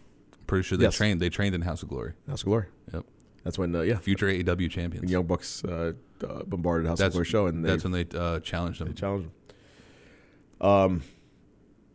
Pretty sure they yes. trained. They trained in House of Glory. House of Glory. Yep. That's when, uh, yeah, Future AEW champions. Young Bucks uh, uh, bombarded House of that's Glory show, and they, that's when they uh, challenged him. they challenged him. Um,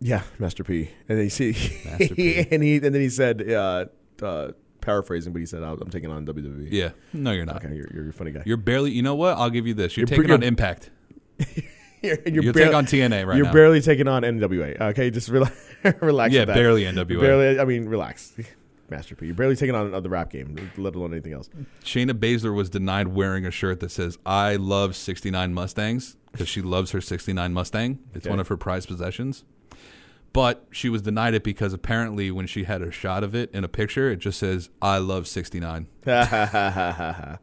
yeah, Master P, and then you see, Master P. and he, and then he said, uh, uh, paraphrasing, but he said, "Oh, "I'm I'm taking on WWE." yeah. No, you're not. Okay, you're, you're a funny guy. You're barely. You know what? I'll give you this. You're, You're taking pretty- on Impact. You're, You're barely- taking on TNA right You're now. barely taking on NWA. Okay, just rela- relax. Yeah, with that. barely NWA. Barely. I mean, relax, Master P. You're barely taking on the rap game, let alone anything else. Shayna Baszler was denied wearing a shirt that says "I love '69 Mustangs" because she loves her '69 Mustang. It's Okay. one of her prized possessions. But she was denied it because apparently, when she had a shot of it in a picture, it just says "I love '69." and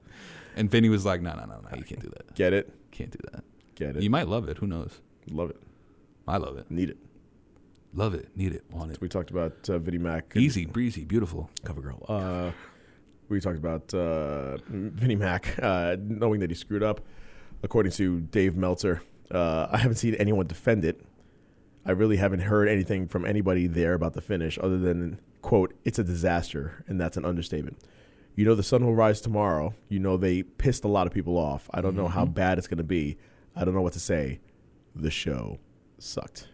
Vinny was like, "No, no, no, no, you can't do that. Get it? Can't do that. Get it? You might love it. Who knows? Love it. I love it. Need it. Love it. Need it. Want it. We talked about uh, Vinnie Mac. and- Easy breezy. Beautiful. Cover girl. Uh, we talked about uh, Vinnie Mac uh, knowing that he screwed up, according to Dave Meltzer. Uh, I haven't seen anyone defend it. I really haven't heard anything from anybody there about the finish, other than quote, "It's a disaster," and that's an understatement. You know the sun will rise tomorrow. You know they pissed a lot of people off. I don't know how bad it's going to be. I don't know what to say. The show sucked.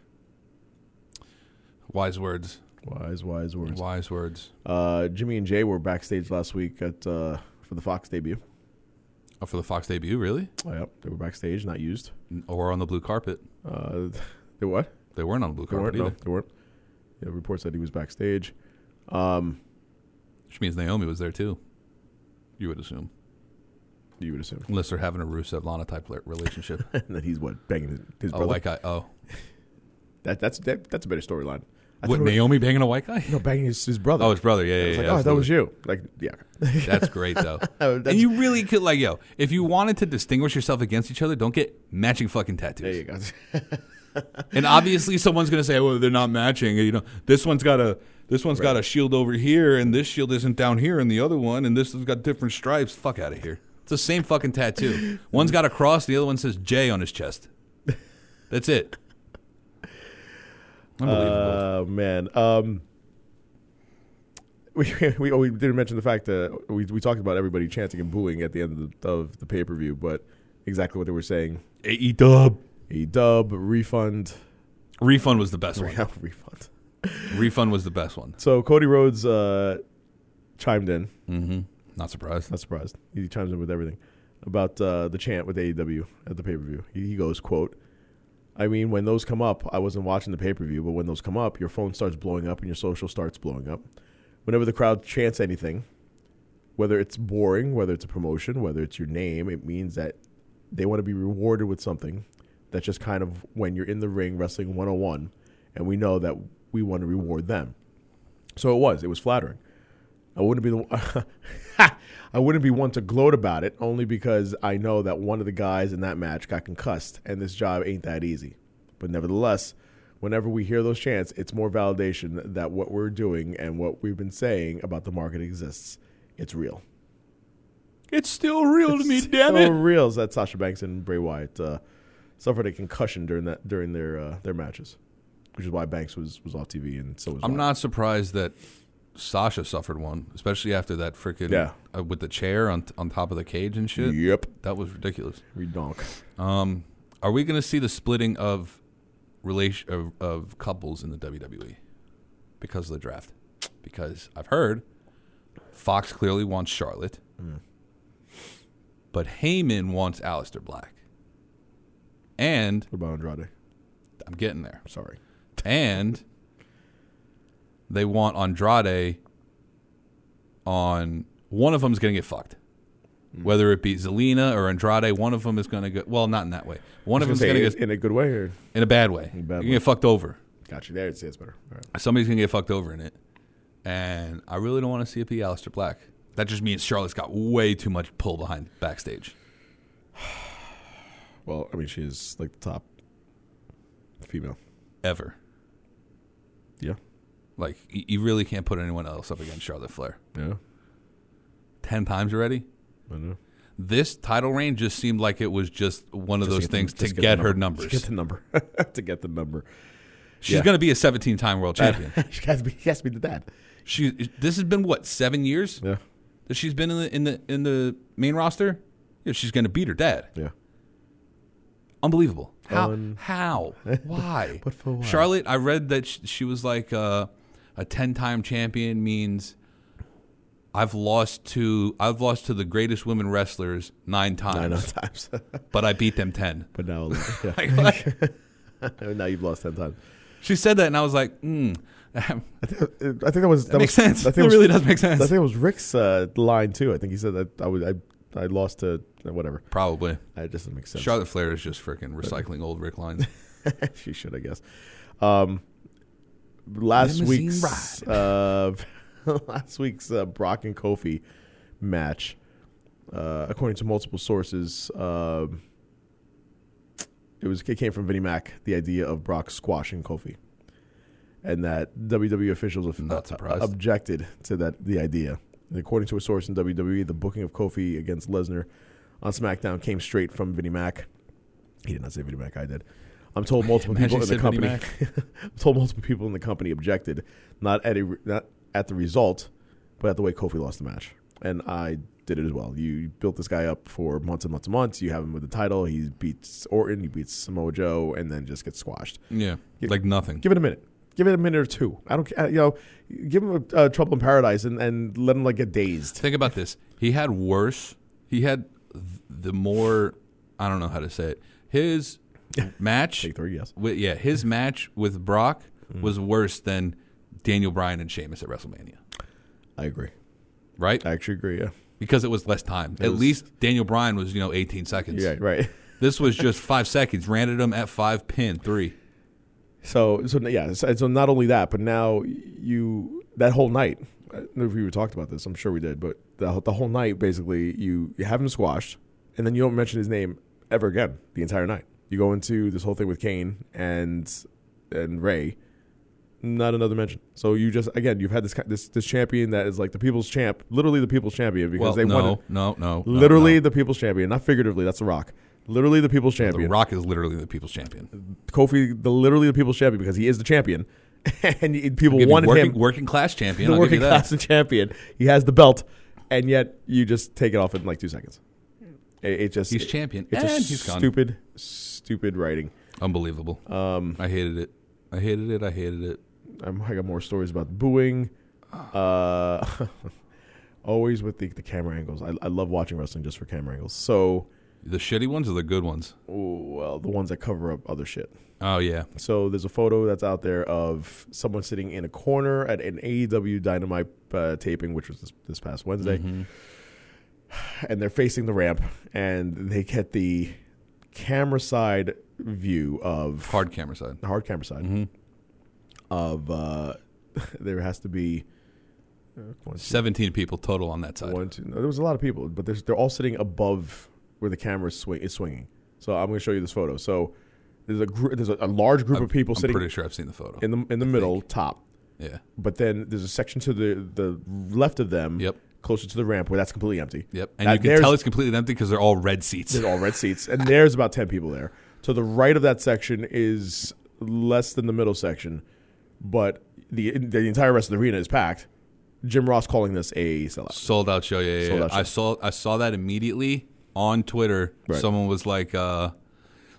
Wise words. Wise, wise words. Wise words. Uh, Jimmy and Jay were backstage last week at uh, for the Fox debut. Oh, for the Fox debut, really? Oh, yep, they were backstage, not used. Or on the blue carpet? Uh, they what? They weren't on the blue They carpet weren't. No, either. they weren't. Yeah, reports said he was backstage. Um, Which means Naomi was there too. You would assume, You would assume unless they're having a Rusev Lana type li- relationship. that he's what banging his, his a brother. white guy. Oh, That, that's that, that's a better storyline. I what thought it was- Naomi banging a white guy? No, banging his, his brother. Oh, his brother. Yeah, I yeah, was yeah. like, oh, that was absolutely. you. Like, yeah. That's great though. Oh, that's- and you really could like, yo, if you wanted to distinguish yourself against each other, don't get matching fucking tattoos. there you go. And obviously, someone's gonna say, well, they're not matching. You know, this one's got a this one's got a shield over here, and this shield isn't down here, and the other one, and this has got different stripes. Fuck out of here. It's the same fucking tattoo. One's got a cross, the other one says J on his chest. That's it. Unbelievable. Oh man. Um, we, we oh, we didn't mention the fact that we we talked about everybody chanting and booing at the end of the, of the pay per view, but exactly what they were saying: AE Dub a dub refund, refund was the best one. refund. refund was the best one. So Cody Rhodes uh, chimed in. Not surprised. Not surprised. He chimes in with everything about uh, the chant with AEW at the pay per view. He, he goes, "quote I mean, when those come up, I wasn't watching the pay per view, but when those come up, your phone starts blowing up and your social starts blowing up. Whenever the crowd chants anything, whether it's boring, whether it's a promotion, whether it's your name, it means that they want to be rewarded with something that's just kind of when you're in the ring wrestling 101, and we know that we want to reward them. So it was, it was flattering. I wouldn't be the, I wouldn't be one to gloat about it, only because I know that one of the guys in that match got concussed, and this job ain't that easy. But nevertheless, whenever we hear those chants, it's more validation that what we're doing and what we've been saying about the market exists. It's real. It's still real to me, damn so it. real. That Sasha Banks and Bray Wyatt uh, suffered a concussion during that during their uh, their matches, which is why Banks was was off TV and so was. I'm Wyatt. not surprised that Sasha suffered one, especially after that freaking Yeah. uh, with the chair on on top of the cage and shit. Yep. That was ridiculous. Redonk. Um, are we going to see the splitting of relation of, of couples in the WWE because of the draft? Because I've heard Fox clearly wants Charlotte, but Heyman wants Aleister Black, and What about Andrade? I'm getting there. Sorry. and they want Andrade on one of them's going to get fucked. Hmm. Whether it be Zelina or Andrade, one of them is going to go. Well, not in that way. One of I was them's gonna going say, to in, get in a good way. Or? in a bad way. a bad You're way. going to get fucked over. Got you there. It's, it's better. All right. Somebody's going to get fucked over in it. And I really don't want to see it be Aleister Black. That just means Charlotte's got way too much pull behind backstage. Well, I mean, she's like the top female. Ever. Yeah. Like, y- you really can't put anyone else up against Charlotte Flair. Yeah. 10 times already? I know. this title reign just seemed like it was just one of Just those get the- things to just get, the her number. numbers. Just get the number. to get the number. She's yeah. going to be a 17 time world champion. she has to be. She has to be the dad. she this has been what seven years Yeah. that she's been in the in the in the main roster. Yeah, she's going to beat her dad. Yeah. Unbelievable. How? Un- how? Why? but for why? Charlotte, I read that she, she was like uh, a 10 time champion means. I've lost to I've lost to the greatest women wrestlers nine I times, know times. but I beat them ten. but now, yeah. Like, what? now you've lost ten times. She said that, and I was like, mm. I think that was that, makes was- sense. I think That was- really does make sense. I think it was Rick's uh, line too. I think he said that I was I, I lost to whatever. probably. It doesn't make sense. Charlotte Flair is just freaking recycling old Rick lines. she should, I guess. Um, last Limousine week's uh, last week's uh, Brock and Kofi match, uh, according to multiple sources, um it was it came from Vinnie Mac. The idea of Brock squashing Kofi, and that WWE officials have uh, Not surprised. objected to that the idea. And according to a source in WWE, the booking of Kofi against Lesnar on SmackDown came straight from Vinnie Mac. He did not say Vinnie Mac. I did. I'm told multiple people Imagine in the he said Vinnie company. I'm told multiple people in the company objected, not at a, not at the result, but at the way Kofi lost the match. And I did it as well. You built this guy up for months and months and months. You have him with the title. He beats Orton. He beats Samoa Joe, and then just gets squashed. yeah, Give- like nothing. Give it a minute. Give it a minute or two. I don't. ca- You know, give him a, uh, trouble in paradise and, and let him like get dazed. Think about this. He had worse. He had th- the more. I don't know how to say it. His match. Take three. Yes. Mm. With, yeah, his match with Brock was worse than Daniel Bryan and Sheamus at WrestleMania. I agree. Right, I actually agree. Yeah. because it was less time. At was- least Daniel Bryan was you know 18 seconds. Yeah. Right. This was just five seconds. Ranted him at five pin three. So so yeah. So, so not only that, but now you that whole night. I don't know if we even talked about this. I'm sure we did, but the whole- the whole night basically you you have him squashed, and then you don't mention his name ever again the entire night. You go into this whole thing with Kane and and Ray, not another mention. So you just again, you've had this ki- this this champion that is like the people's champ, literally the people's champion because Well, they no, won no, it. no, no, Literally no. the people's champion, not figuratively. That's the Rock. Literally the people's The champion. Rock is literally the people's champion. Kofi, the literally the people's champion because he is the champion, and he- people Give you wanted working, him working class champion. the I'll give you working that. class champion. He has the belt, and yet you just take it off in like two seconds. It, it just He's it- champion, It's and a he's gone. stupid, stupid writing. Unbelievable. Um, I hated it. I hated it. I hated it. I'm, I got more stories about booing. Uh, always with the, the camera angles. I, I love watching wrestling just for camera angles. So, The shitty ones or the good ones? well, the ones that cover up other shit. Oh yeah. So there's a photo that's out there of someone sitting in a corner at an AEW Dynamite uh, taping, which was this, this past Wednesday, Mm-hmm. and they're facing the ramp, and they get the camera side view of Hard camera side. the hard camera side of uh, there has to be Seventeen people total on that side. One, two. No, there was a lot of people, but there's, they're all sitting above where the camera is, swing, is swinging. So I'm going to show you this photo. So there's a gr- there's a, a large group of people I'm sitting pretty sure I've seen the photo. in the in the middle top, yeah. but then there's a section to the the left of them, Yep. closer to the ramp where that's completely empty. Yep. And That- you can there's- tell it's completely empty because they're all red seats. there's all red seats, and there's about ten people there. To the right of that section is less than the middle section, but the the entire rest of the arena is packed. Jim Ross calling this a sellout. Sold out show. Yeah, yeah. Sold yeah. out show. I saw. I saw that immediately on Twitter. Right. Someone was like. uh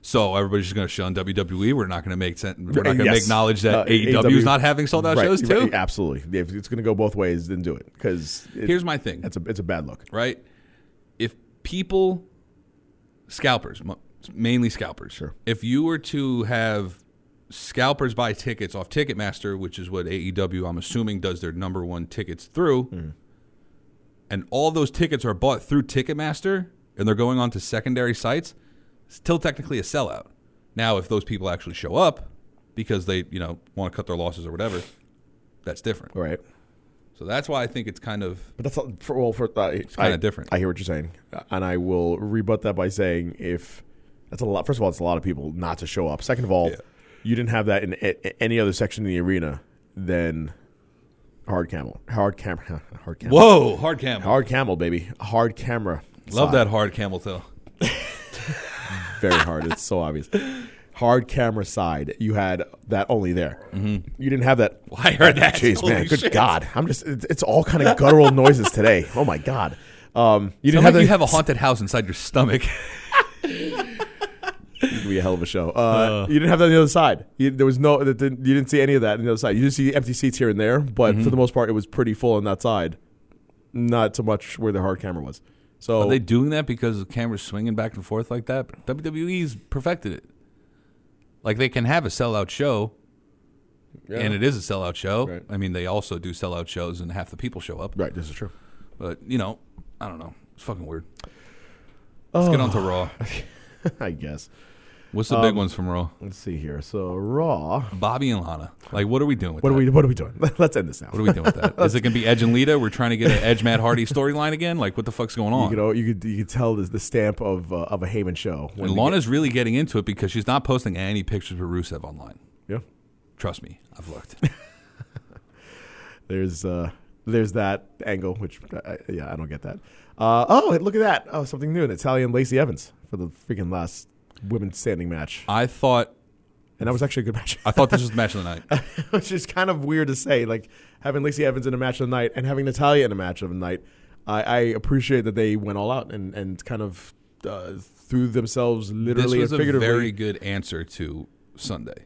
so everybody's just going to shun WWE. E. We're not going to make sense. We're not going to Yes. acknowledge that Uh, AEW is not having sold out Right, shows too. right, absolutely, if it's going to go both ways, then do it. Because Here's my thing. it's a it's a bad look. right? If people, scalpers, mo- mainly scalpers, Sure. if you were to have scalpers buy tickets off Ticketmaster, which is what AEW, I'm assuming, does their number one tickets through, and all those tickets are bought through Ticketmaster and they're going on to secondary sites, still technically a sellout. Now, if those people actually show up because they, you know, want to cut their losses or whatever, that's different. All right, So that's why I think it's kind of but that's all, for, well for I- kinda I- different. I hear what you're saying, and I will rebut that by saying if that's a lot. First of all, it's a lot of people not to show up. Second of all, Yeah. you didn't have that in a, any other section of the arena than hard camel, hard camera, hard camel, whoa, hard cam. hard camel, baby, hard camera. Love side. that hard camel toe. very hard. It's so obvious. Hard camera side. You had that only there. Mm-hmm. You didn't have that. I heard that. Jeez, Holy man. Good shit. God. I'm just. It's, it's all kind of guttural noises today. Oh my God. Um, you didn't Sounds like have you that. have a haunted house inside your stomach. It's gonna be a hell of a show. Uh, you didn't have that on the other side. You, there was no. That didn't, you didn't see any of that on the other side. You just see empty seats here and there, but Mm-hmm. for the most part, it was pretty full on that side. Not so much where the hard camera was. So Are they doing that because the camera's swinging back and forth like that? WWE's perfected it. Like they can have a sellout show, Yeah. and it is a sellout show. Right. I mean, they also do sellout shows, and half the people show up. right. This is true. But you know, I don't know. It's fucking weird. Let's get on to Raw. I guess. What's the big ones from Raw? Let's see here. So raw. Bobby and Lana. Like, what are we doing? With What that? are we? What are we doing? Let's end this now. What are we doing with that? Is it going to be Edge and Lita? We're trying to get an Edge Matt Hardy storyline again. Like, what the fuck's going You on? could al- you could you could tell this the stamp of uh, of a Heyman show. And we Lana's really getting into it because she's not posting any pictures of Rusev online. get- yeah, Trust me, I've looked. there's uh there's that angle which I, I- yeah I don't get that. Uh, oh look at that! Oh something new. An Italian Lacey Evans for the freaking last women's standing match, I thought and that was actually a good match. I thought this was the match of the night. which is kind of weird to say, like having Lacey Evans in a match of the night and having Natalia in a match of the night. I, I appreciate that they went all out and and kind of uh, threw themselves This literally was and a figuratively. very good answer to Sunday.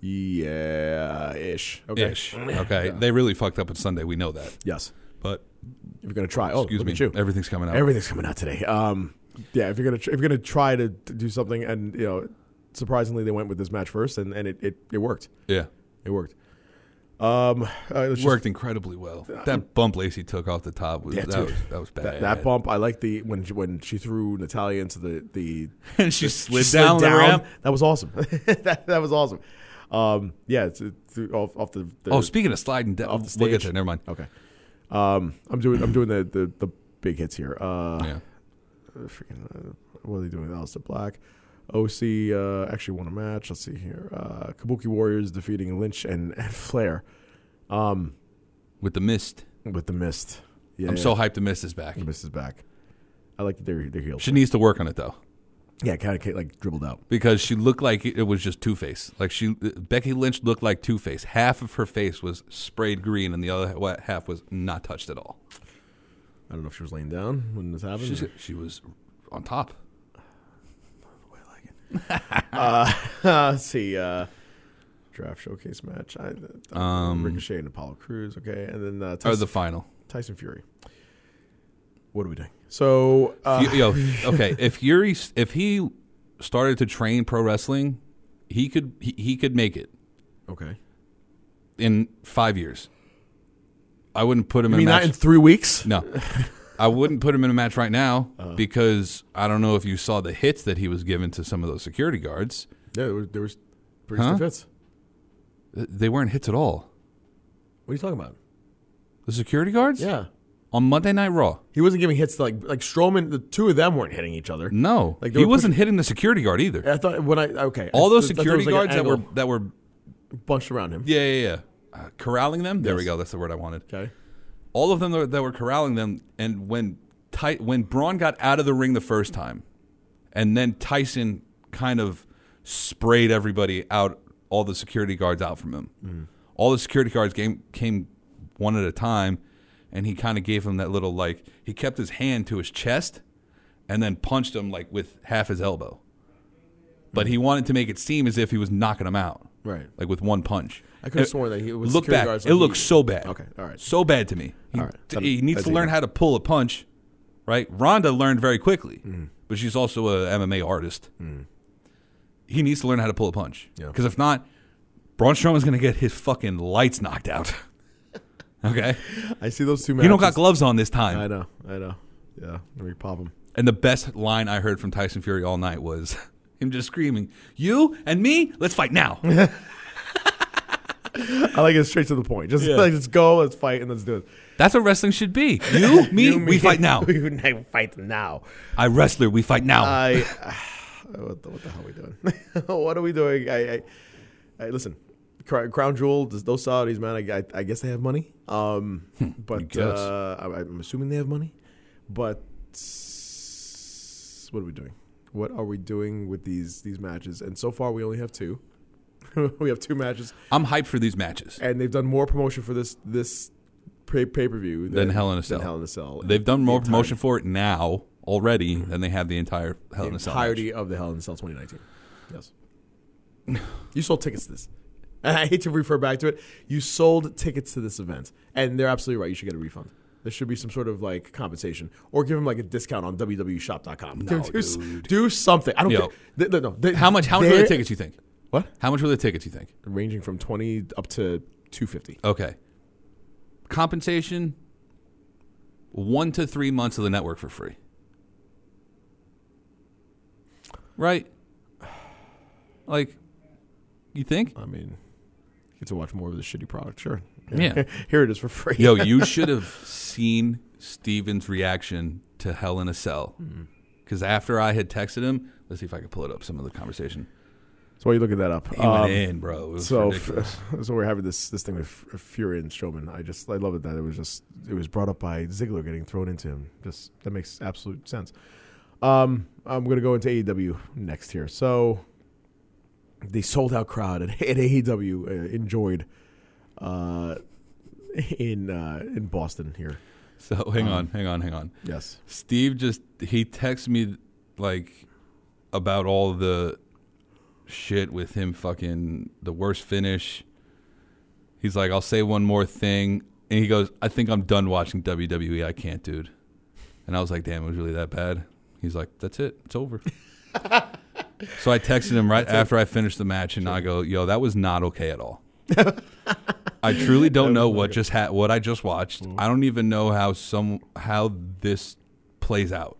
yeah, ish. Okay. Ish. Okay. They really fucked up at Sunday. We know that. Yes. But If you're gonna try, oh, excuse look me. at you. Everything's coming out. Everything's coming out today. Um, yeah, if you're gonna tr- if you're gonna try to, to do something, and you know, surprisingly, they went with this match first, and, and it, it, it worked. yeah. It worked. Um, uh, let's just- Worked incredibly well. That bump Lacey took off the top was Yeah, that dude. was that was bad. that, that bump. I like the when she, when she threw Natalia into the the and she slid, she down, the ramp. That was awesome. that, that was awesome. Um, yeah, it's, it's off off the, the Oh, speaking of sliding down, off the we'll get stage. to that. Never mind. Okay. Um, I'm doing I'm doing the the, the big hits here. Uh, Yeah. freaking uh, what are they doing? Alistair Black. OC uh, actually won a match. Let's see here. Uh, Kabuki Warriors defeating Lynch and, and Flair with the mist. with the mist. Yeah, I'm yeah, so hyped the mist is back. the mist is back. I like that they're they're healed. She needs to work on it though. yeah, kind of like dribbled out. because she looked like it was just Two Face. Like she, Becky Lynch looked like Two Face. Half of her face was sprayed green, and the other wa- half was not touched at all. I don't know if she was laying down when this happened. She's, or- she was on top. Uh, let's see. Uh, draft showcase match. I, um, Ricochet and Apollo Cruz. Okay, and then uh, Or Tyson, the final. Tyson Fury. What are we doing? So uh, Fu- yo, okay. If Fury, s- if he started to train pro wrestling, he could he, he could make it okay. in five years. I wouldn't put him I in mean, a not match. in Uh. three weeks. no. I wouldn't put him in a match right now because I don't know if you saw the hits that he was given to some of those security guards. Yeah, there was, there was pretty Huh? stiff hits. Th- They weren't hits at all. What are you talking about? The security guards? Yeah, On Monday Night Raw. he wasn't giving hits to like like Strowman. The two of them weren't hitting each other. No. Like, they he were wasn't hitting the security guard either. I thought when I okay. All I- those I thought there security was, like, an guards that were angle that were bunched around him. yeah, yeah, yeah. Uh, corralling them? There we Yes. go. That's the word I wanted. Okay. All of them that were, that were corralling them and when Ty- when Braun got out of the ring the first time and then Tyson kind of sprayed everybody out all the security guards out from him. Mm. All the security guards came came one at a time and he kind of gave him that little like he kept his hand to his chest and then punched him like with half his elbow. But he wanted to make it seem as if he was knocking him out. Mm. Right. Like with one punch. I could've It- sworn that he- it was Look security back. guards, it like looks he- so bad. Okay, all right. So bad to me. He, All right. t- he needs That's to learn easy. how to pull a punch, right? Rhonda learned very quickly, Mm. but she's also a MMA artist. He needs to learn how to pull a punch. Yeah. Because if not, Braun Strowman's going to get his fucking lights knocked out. okay? I see those two. Matches. You don't got gloves on this time. I know. I know. Yeah. Let me pop him. And the best line I heard from Tyson Fury all night was him just screaming, "You and me, let's fight now!" I like it straight to the point. Just like let's go, let's fight, and let's do it. That's what wrestling should be. You, me, we fight now. Oh. we would not fight now. I wrestler, we fight now. I. what, the, what the hell are we doing? what are we doing? I. I, I listen. Cr- Crown Jewel, th- those Saudis, man. I, I, I guess they have money. Um, but Hmm, guess. uh, I, I'm assuming they have money. But s- what are we doing? What are we doing with these these matches? And so far, we only have two. we have two matches, I'm hyped for these matches. and they've done more promotion for this this pay pay per view Than Hell in a Cell. Than Hell in a Cell. They've done The more entire- Mm-hmm. promotion for it now already than they have the entire Hell in a Cell. match. entirety of the Hell in a Cell 2019. Yes. you sold tickets to this. And I hate to refer back to it. You sold tickets to this event, and they're absolutely right. You should get a refund. There should be some sort of like compensation, or give them like a discount on E www.shop.com. No, do, s- dude. do something. I don't Yo. care. They- they- no, they- How much? How much were the they're- tickets? You think? What? How much were the tickets? You think? Ranging from twenty up to two fifty. Okay. Compensation. One to three months of the network for free. Right. Like, you think? I mean, you get to watch more of the shitty product. Sure. Yeah. Here it is for free. Yo, you should have seen Steven's reaction to Hell in a Cell. Mm-hmm. Because after I had texted him, let's see if I could pull it up some of the conversation. So why are you looking that up? He Um, went in, bro. It was so, ridiculous. so we're having this this thing with F- Fury and Strowman. I just I love it that it was just it was brought up by Ziggler getting thrown into him. Just that makes absolute sense. Um, I'm gonna go into AEW next here. So the sold out crowd at, at AEW uh, enjoyed uh, in uh, in Boston here. So hang on, hang on, hang on. Yes, Steve just he texted me like about all the shit with him fucking the worst finish. He's like, I'll say one more thing, and he goes, I think I'm done watching WWE. I can't, dude. And I was like, damn, it was really that bad. He's like, that's it, it's over. so I texted him right after I finished the match, and I go, yo, that was not okay at all. I truly don't know what just ha- what I just watched. Mm. I don't even know how some how this plays out.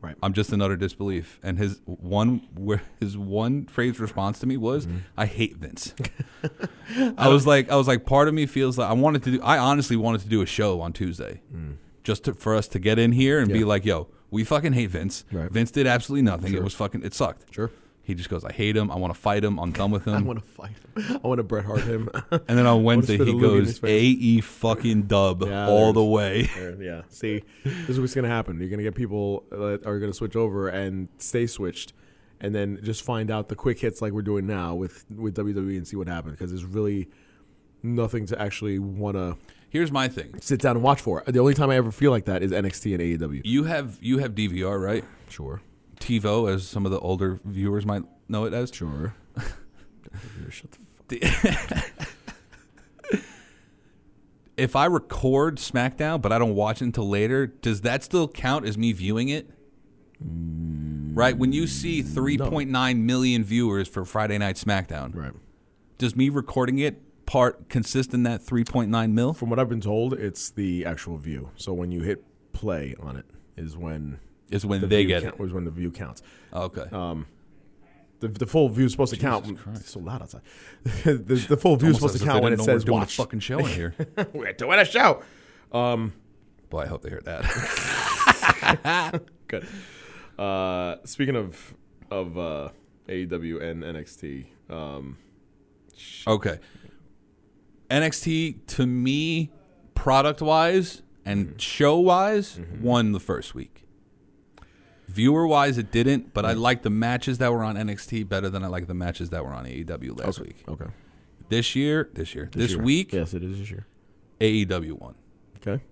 right. I'm just in utter disbelief. And his one where his one phrase response to me was, Mm-hmm. "I hate Vince." I was like, I was like, part of me feels like I wanted to do. I honestly wanted to do a show on Tuesday, just to, for us to get in here and be Mm. Yeah. like, "Yo, we fucking hate Vince. Right. Vince did absolutely nothing. Sure. It was fucking. It sucked. Sure. He just goes, I hate him. I want to fight him. I'm done with I him. want to fight him. I want to Bret Hart him. And then on Wednesday, spit a he loogie in his goes, face. AE fucking dub Yeah, all the there's- way. There, yeah. See, this is what's gonna happen. You're gonna get people that are gonna switch over and stay switched, and then just find out the quick hits like we're doing now with with WWE and see what happens because there's really nothing to actually want to Here's my thing. sit down and watch for. The only time I ever feel like that is NXT and E AEW. You have you have DVR, right? Sure, TiVo, as some of the older viewers might know it as. sure. Shut the fuck. If I record SmackDown, but I don't watch it until later, does that still count as me viewing it? Mm, Right? When you see 3.9 million viewers for Friday Night SmackDown, Right. does me recording it part consist in that 3.9 mil? From what I've been told, it's the actual view. So when you hit play on it, is when Is when the they view get count, it. Is when the view counts. Okay. Uh, the, the full view is supposed to count. when- It's so loud outside. the, the full view is supposed Almost as to if count they when it didn't know we're says doing watch. a fucking show in here. we're doing a show. Boy, I hope they heard that. Good. Uh, speaking of of uh, AEW and NXT, um, okay. NXT to me, product wise and Mm-hmm. show wise, won the first week. Viewer wise, it didn't, but I Mm. like the matches that were on NXT better than I like the matches that were on AEW last week. okay, This year, this year, this, week, yes, it is this year. AEW won. Okay,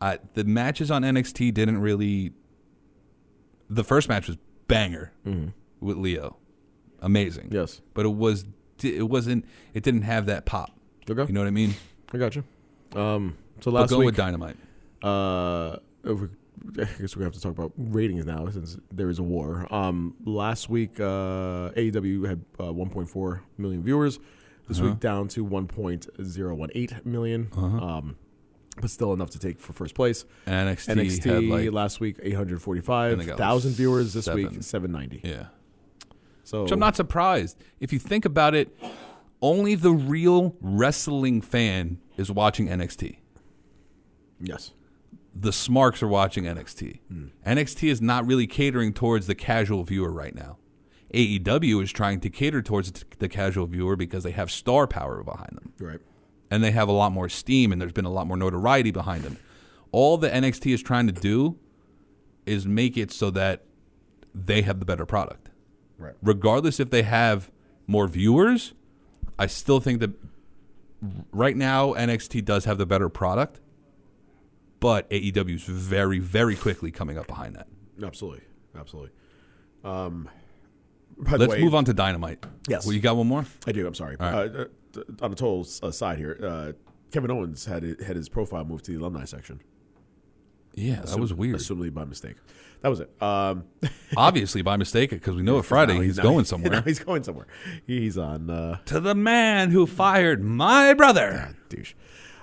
I, the matches on NXT didn't really. The first match was banger Mm-hmm. with Leo, amazing. Yes. but it was it wasn't it didn't have that pop. Okay. you know what I mean. I got you. Um, so But last go week, with Dynamite. uh, if we, I guess we have to talk about ratings now since there is a war. Um, last week, uh, AEW had uh, 1.4 million viewers. This Uh-huh. week, down to 1.018 million. Um, but still enough to take for first place. NXT, had NXT like last week, And they got 845,000 like viewers. This seven. week, 790. yeah, So which I'm not surprised. If you think about it, only the real wrestling fan is watching NXT. Yes. The Smarks are watching NXT. Hmm. NXT is not really catering towards the casual viewer right now. AEW is trying to cater towards t- the casual viewer because they have star power behind them. Right. and they have a lot more steam and there's been a lot more notoriety behind them. All the NXT is trying to do is make it so that they have the better product. Right. Regardless if they have more viewers, I still think that right now NXT does have the better product, but AEW is very, very quickly coming up behind that. Absolutely. Absolutely. Um, by the Let's way, move on to Dynamite. Yes. Well, you got one more? I do. I'm sorry. right. Uh, uh, on a total s- aside here, uh, Kevin Owens had it- had his profile moved to the alumni section. Yeah, that was weird. Assumably by mistake. That was it. Um, Obviously by mistake because we know it Friday now he's now going somewhere. now he's going somewhere. He's on uh, to the man who fired my brother. God, douche.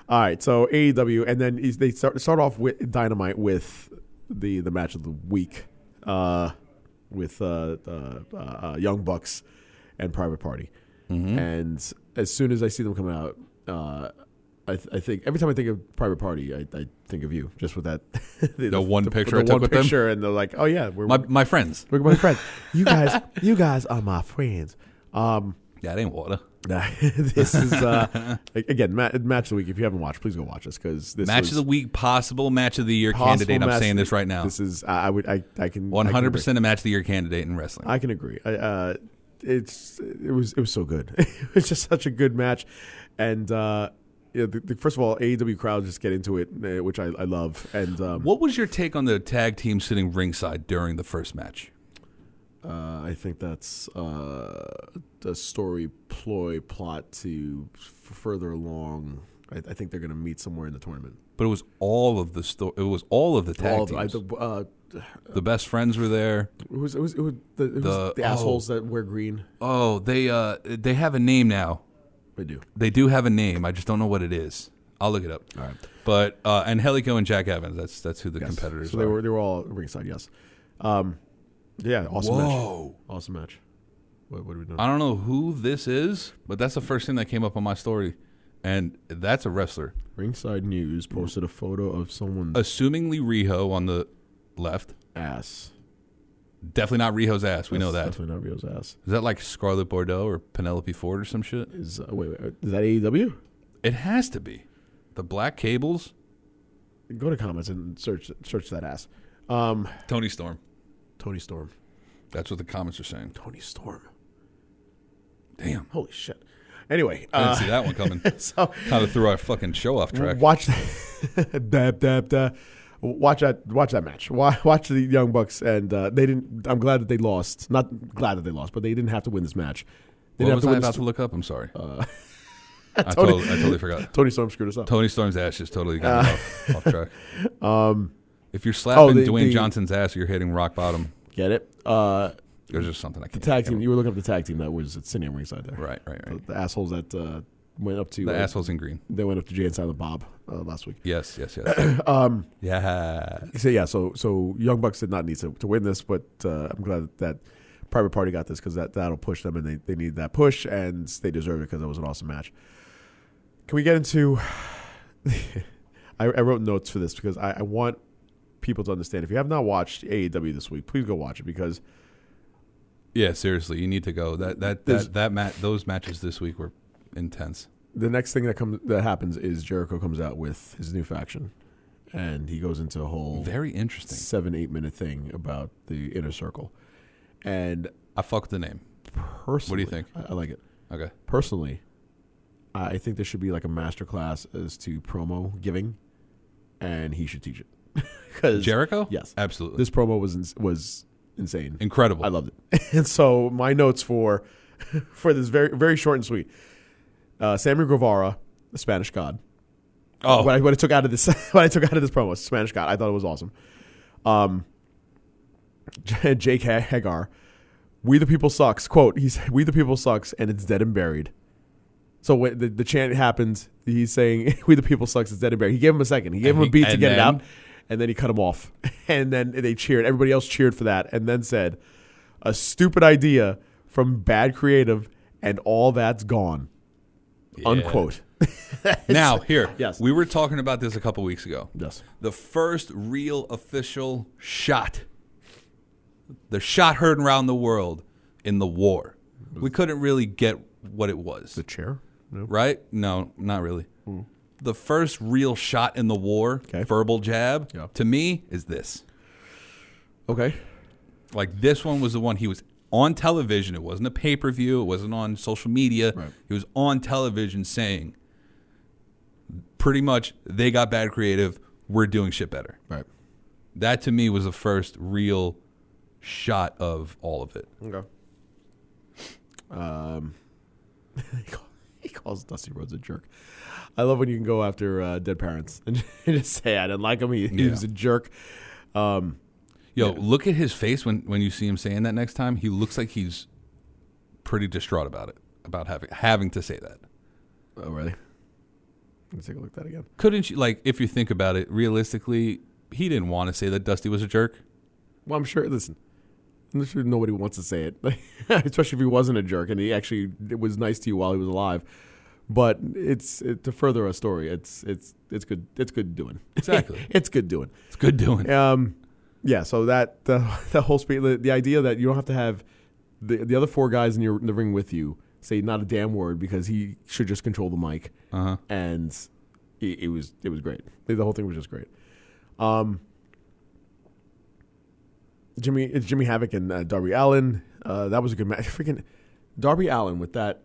All right, so AEW, and then is- they start start off with Dynamite with the the match of the week, uh, with uh, uh, uh, uh, Young Bucks and Private Party. Mm-hmm. And as soon as I see them come out, uh, I, th- I think every time I think of Private Party, I, I think of you just with that the, one picture I the took one with them? picture, and they're like, oh yeah, we're My, my friends. we're my friends. You guys, you guys are my friends. Um, That ain't water. Nah, this is uh, again ma- match of the week. If you haven't watched, please go watch this because this match was of the week, possible match of the year possible candidate. match I'm of saying the- this right now. This is I I would I I can I can agree. 100% a match of the year candidate in wrestling. I can agree. I, uh, it's it was it was so good. it was just such a good match, and uh, yeah, the, the, first of all, AEW crowd just get into it, uh, which I, I love. And um, what was your take on the tag team sitting ringside during the first match? uh, I think that's uh, a story ploy plot to f- further along. I, I think they're going to meet somewhere in the tournament. But it was all of the sto- it was all of the tag All of- I- teams. the- uh, the best friends were there. It was it was it was the, it was The- the, assholes that wear green. Oh, they uh they have a name now. They do. They do have a name. I just don't know what it is. I'll look it up. All right. But uh, and Helico and Jack Evans. That's that's who the competitors So they are. were they were all ringside. Yes. Um, yeah. Awesome Whoa. match. Awesome match. What, what are we doing? I don't know who this is, but that's the first thing that came up on my story, and that's a wrestler. Ringside News posted a photo of someone's assumingly Riho on the left, ass. Definitely not Riho's ass. We Uh, know That's that. Is Definitely not Rio's ass. that like Scarlett Bordeaux or Penelope Ford or some shit? Is uh, wait, wait, is that AEW? It has to be. The Black Cables, Go to comments and search search that ass. Um, Tony Storm. Tony Storm. That's what the comments are saying. Tony Storm. Damn. Holy shit. Anyway, I didn't uh, see that one coming. so kind of threw our fucking show off track. watch dab dab dab. Watch that! Watch that match. Wa- Watch the Young Bucks, and uh, they didn't. I'm glad that they lost. Not glad that they lost, but they didn't have to win this match. They What didn't was have I to win about this. to Uh, look up? I'm sorry. I, totally, I totally forgot. Tony Storm screwed us up. Tony Storm's ass just totally got me off, off track. Um, if you're slapping Uh, oh, the- Dwayne the- Johnson's ass, you're hitting rock bottom. Get it? Uh, There's just something I can't. tag can't- team. You were looking up the tag team that was at Cine and Ringside there. Right, right, right. The, the assholes that uh, went up to The uh, assholes in green. They went up to Jay and Silent Bob uh, last week. Yes, yes, yes. um, yeah. So yeah, so so Young Bucks did not need to, to win this, but uh, I'm glad that, that Private Party got this because that that'll push them, and they they need that push, and they deserve it because it was an awesome match. Can we get into? I, I wrote notes for this because I, I want people to understand. If you have not watched AEW this week, please go watch it because Yeah, seriously, you need to go. That that There's- that, that mat those matches this week were intense. the next thing that comes that happens is Jericho comes out with his new faction, and he goes into a whole Very interesting. seven eight minute thing about the inner circle, and I fucked the name. personally, think? I, I like it. Okay. Personally, I I think there should be like a master class as to promo giving, and he should teach it. Because Jericho? yes, Absolutely. this promo was ins- was insane. Incredible. I loved it. And so my notes for for this very very short and sweet. Uh, Sammy Guevara, the Spanish God. Oh, What I, what I took out of this what I took out of this promo, Spanish God. I thought it was awesome. Um, Jake Ha- Hagar, "We the People" sucks. Quote: He's "We the People" sucks, and it's dead and buried. So when the, the chant happens, he's saying "We the People" sucks, it's dead and buried. He gave him a second. He gave And him he- a beat to and get it then- out, and then he cut him off. And then they cheered. Everybody else cheered for that, and then said, "A stupid idea from bad creative, and all that's gone." yeah. Unquote. Now here, Yes. we were talking about this a couple weeks ago. Yes. The first real official shot, the shot heard around the world in the war. We couldn't really get what it was. The chair. No. Hmm. right? No, not really. The first real shot in the war, Okay. verbal jab, Yeah. to me is this. Okay. Like this one was the one he was on television. It wasn't a pay per view. It wasn't on social media. Right. He was on television saying, pretty much, they got bad creative. We're doing shit better. Right. That to me was the first real shot of all of it. Okay. Um, he call- he calls Dusty Rhodes a jerk. I love when you can go after uh, dead parents and just say I didn't like him. He, he was a Yeah. jerk. Um, Yo, look at his face when, when you see him saying that next time. He looks like he's pretty distraught about it, about having having to say that. oh really? Let's take a look at that again. couldn't you like if you think about it realistically he didn't want to say that dusty was a jerk Well, I'm sure. Listen, I'm sure nobody wants to say it, especially if he wasn't a jerk and he actually was nice to you while he was alive. But it's it, to further a story. It's it's it's good. It's good doing. Exactly. it's good doing. it's good doing Um, yeah. So that the the whole speech, the, the idea that you don't have to have the the other four guys in your in the ring with you say not a damn word because he should just control the mic, uh-huh and it, it was it was great. The the whole thing was just great. Um, Jimmy it's Jimmy Havoc and uh, Darby Allen. Uh, that was a good match. Freaking Darby Allen with that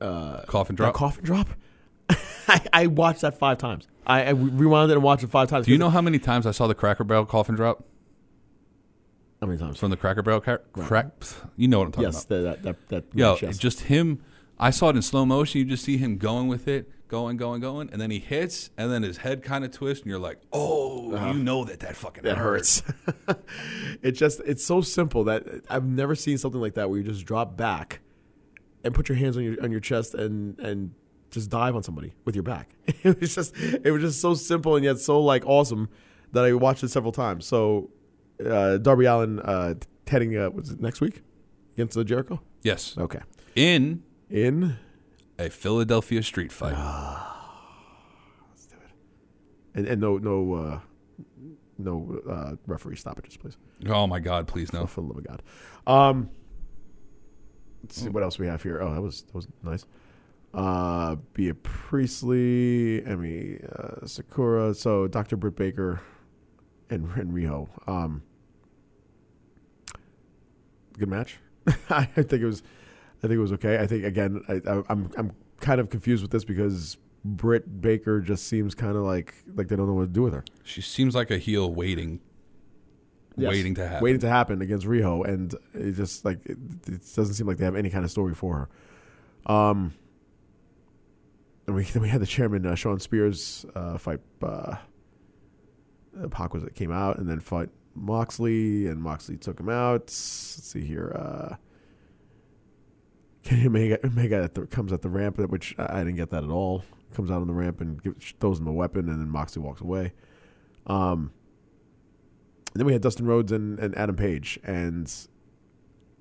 uh, coffin that drop coffin drop. I, I watched that five times. I, I rewound it and watched it five times. do you know how many times i saw the cracker barrel coffin drop how many times? from the cracker barrel car- crack you know what i'm talking Yes, about that that that, that yo match, yes. just him i saw it in slow motion you just see him going with it going going going and then he hits and then his head kind of twists and you're like oh you know that that fucking Uh-huh. that hurts. it just it's so simple that I've never seen something like that where you just drop back and put your hands on your on your chest and and just dive on somebody with your back. It was just it was just so simple and yet so like awesome that I watched it several times. So uh, Darby Allen uh, heading uh, was it next week against the Jericho? yes Okay. in In a philadelphia street fight and, and no no uh, no uh, referee stoppages, please. Oh my God! Please no. For the love of God. Um, let's see what else we have here. Oh, that was that was nice. Uh, Bea Priestley, Emmy uh, Sakura, so Dr. Britt Baker, and, and Riho. Um, good match. I think it was. I think it was okay. I think again, I, I, I'm I'm kind of confused with this because Britt Baker just seems kind of like like they don't know what to do with her. She seems like a heel waiting, Yes. waiting to happen. Waiting to happen against Riho, and it just like it, it doesn't seem like they have any kind of story for her. Um, and we then we had the chairman uh, Sean Spears uh, fight. Uh, uh, Pac was came out and then fought Moxley, and Moxley took him out. Let's see here. Uh, Kenny Omega, Omega at the, comes at the ramp, which I I didn't get that at all. Comes out on the ramp and gives, throws him a weapon, and then Moxley walks away. Um, and then we had Dustin Rhodes and, and Adam Page, and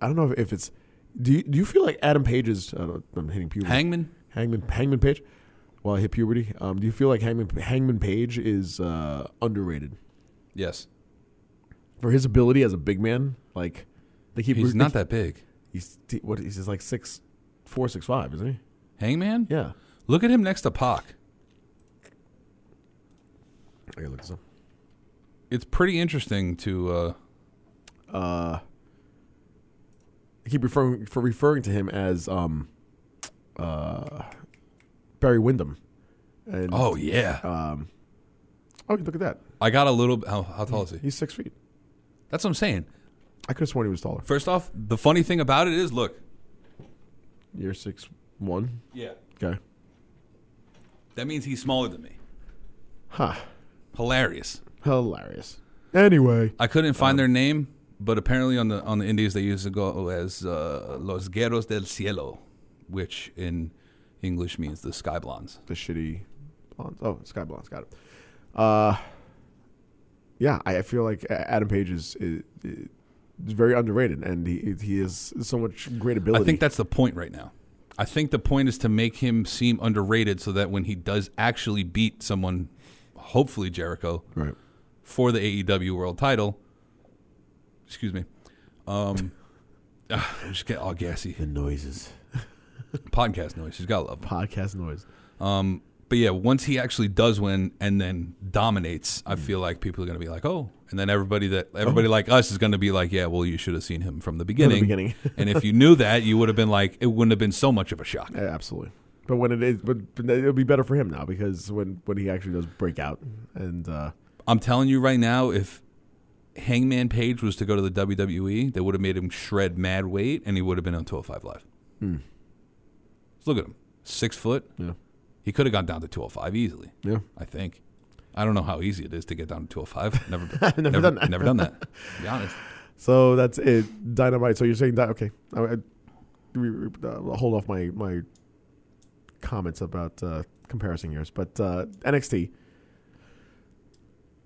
I don't know if, if it's. Do you, do you feel like Adam Page's? I don't, I'm hitting puberty. Hangman. Hangman Hangman Page. Well, I hit puberty. Um, do you feel like Hangman Hangman Page is uh, underrated Yes. for his ability as a big man? Like they keep He's not that big. He's what? He's just like six four, six five, isn't he? Hangman. Yeah. Look at him next to Pac. I gotta look this up. It's pretty interesting to. Uh, I keep referring for referring to him as um, uh, Barry Windham. And oh yeah. oh, look at that. I got a little. How, how tall is he? He's six feet. That's what I'm saying. I could have sworn he was taller. First off, the funny thing about it is, look. You're six one. Yeah. Okay. That means he's smaller than me. Huh. Hilarious. Hilarious. Anyway. I couldn't find their name, but apparently on the on the Indies they used to go as uh, Los Guerreros del Cielo, which in English means the Sky Blondes. the shitty blondes. Oh, Sky Blondes, got it. Uh, yeah, I I feel like A- Adam Page is, is, is very underrated, and he he has so much great ability. I think that's the point right now. I think the point is to make him seem underrated, so that when he does actually beat someone, hopefully Jericho, right. for the AEW World Title. Excuse me. Um, ah, I'm just getting all gassy. The noises, Podcast noise. She's got to love. 'em. podcast noise. Um, but yeah, once he actually does win and then dominates, I feel like people are going to be like, Hmm. oh, and then everybody that everybody like us is going to be like, yeah, well, you should have seen him from the beginning. beginning. and if you knew that, you would have been like, it wouldn't have been so much of a shock. Yeah, absolutely. But when it is, but, but it'll be better for him now because when when he actually does break out, and uh, I'm telling you right now, if Hangman Page was to go to the WWE, they would have made him shred mad weight, and he would have been on 205 Live. Just Look at him, six foot. Hmm. yeah, He could have gone down to 205 easily. yeah, I think. I don't know how easy it is to get down to 205. Never, I've never done that. Never done that. To be honest. So that's it. Dynamite. So you're saying that? Okay. I, I, we- we- uh, I'll hold off my my comments about uh, comparison years, but uh, NXT.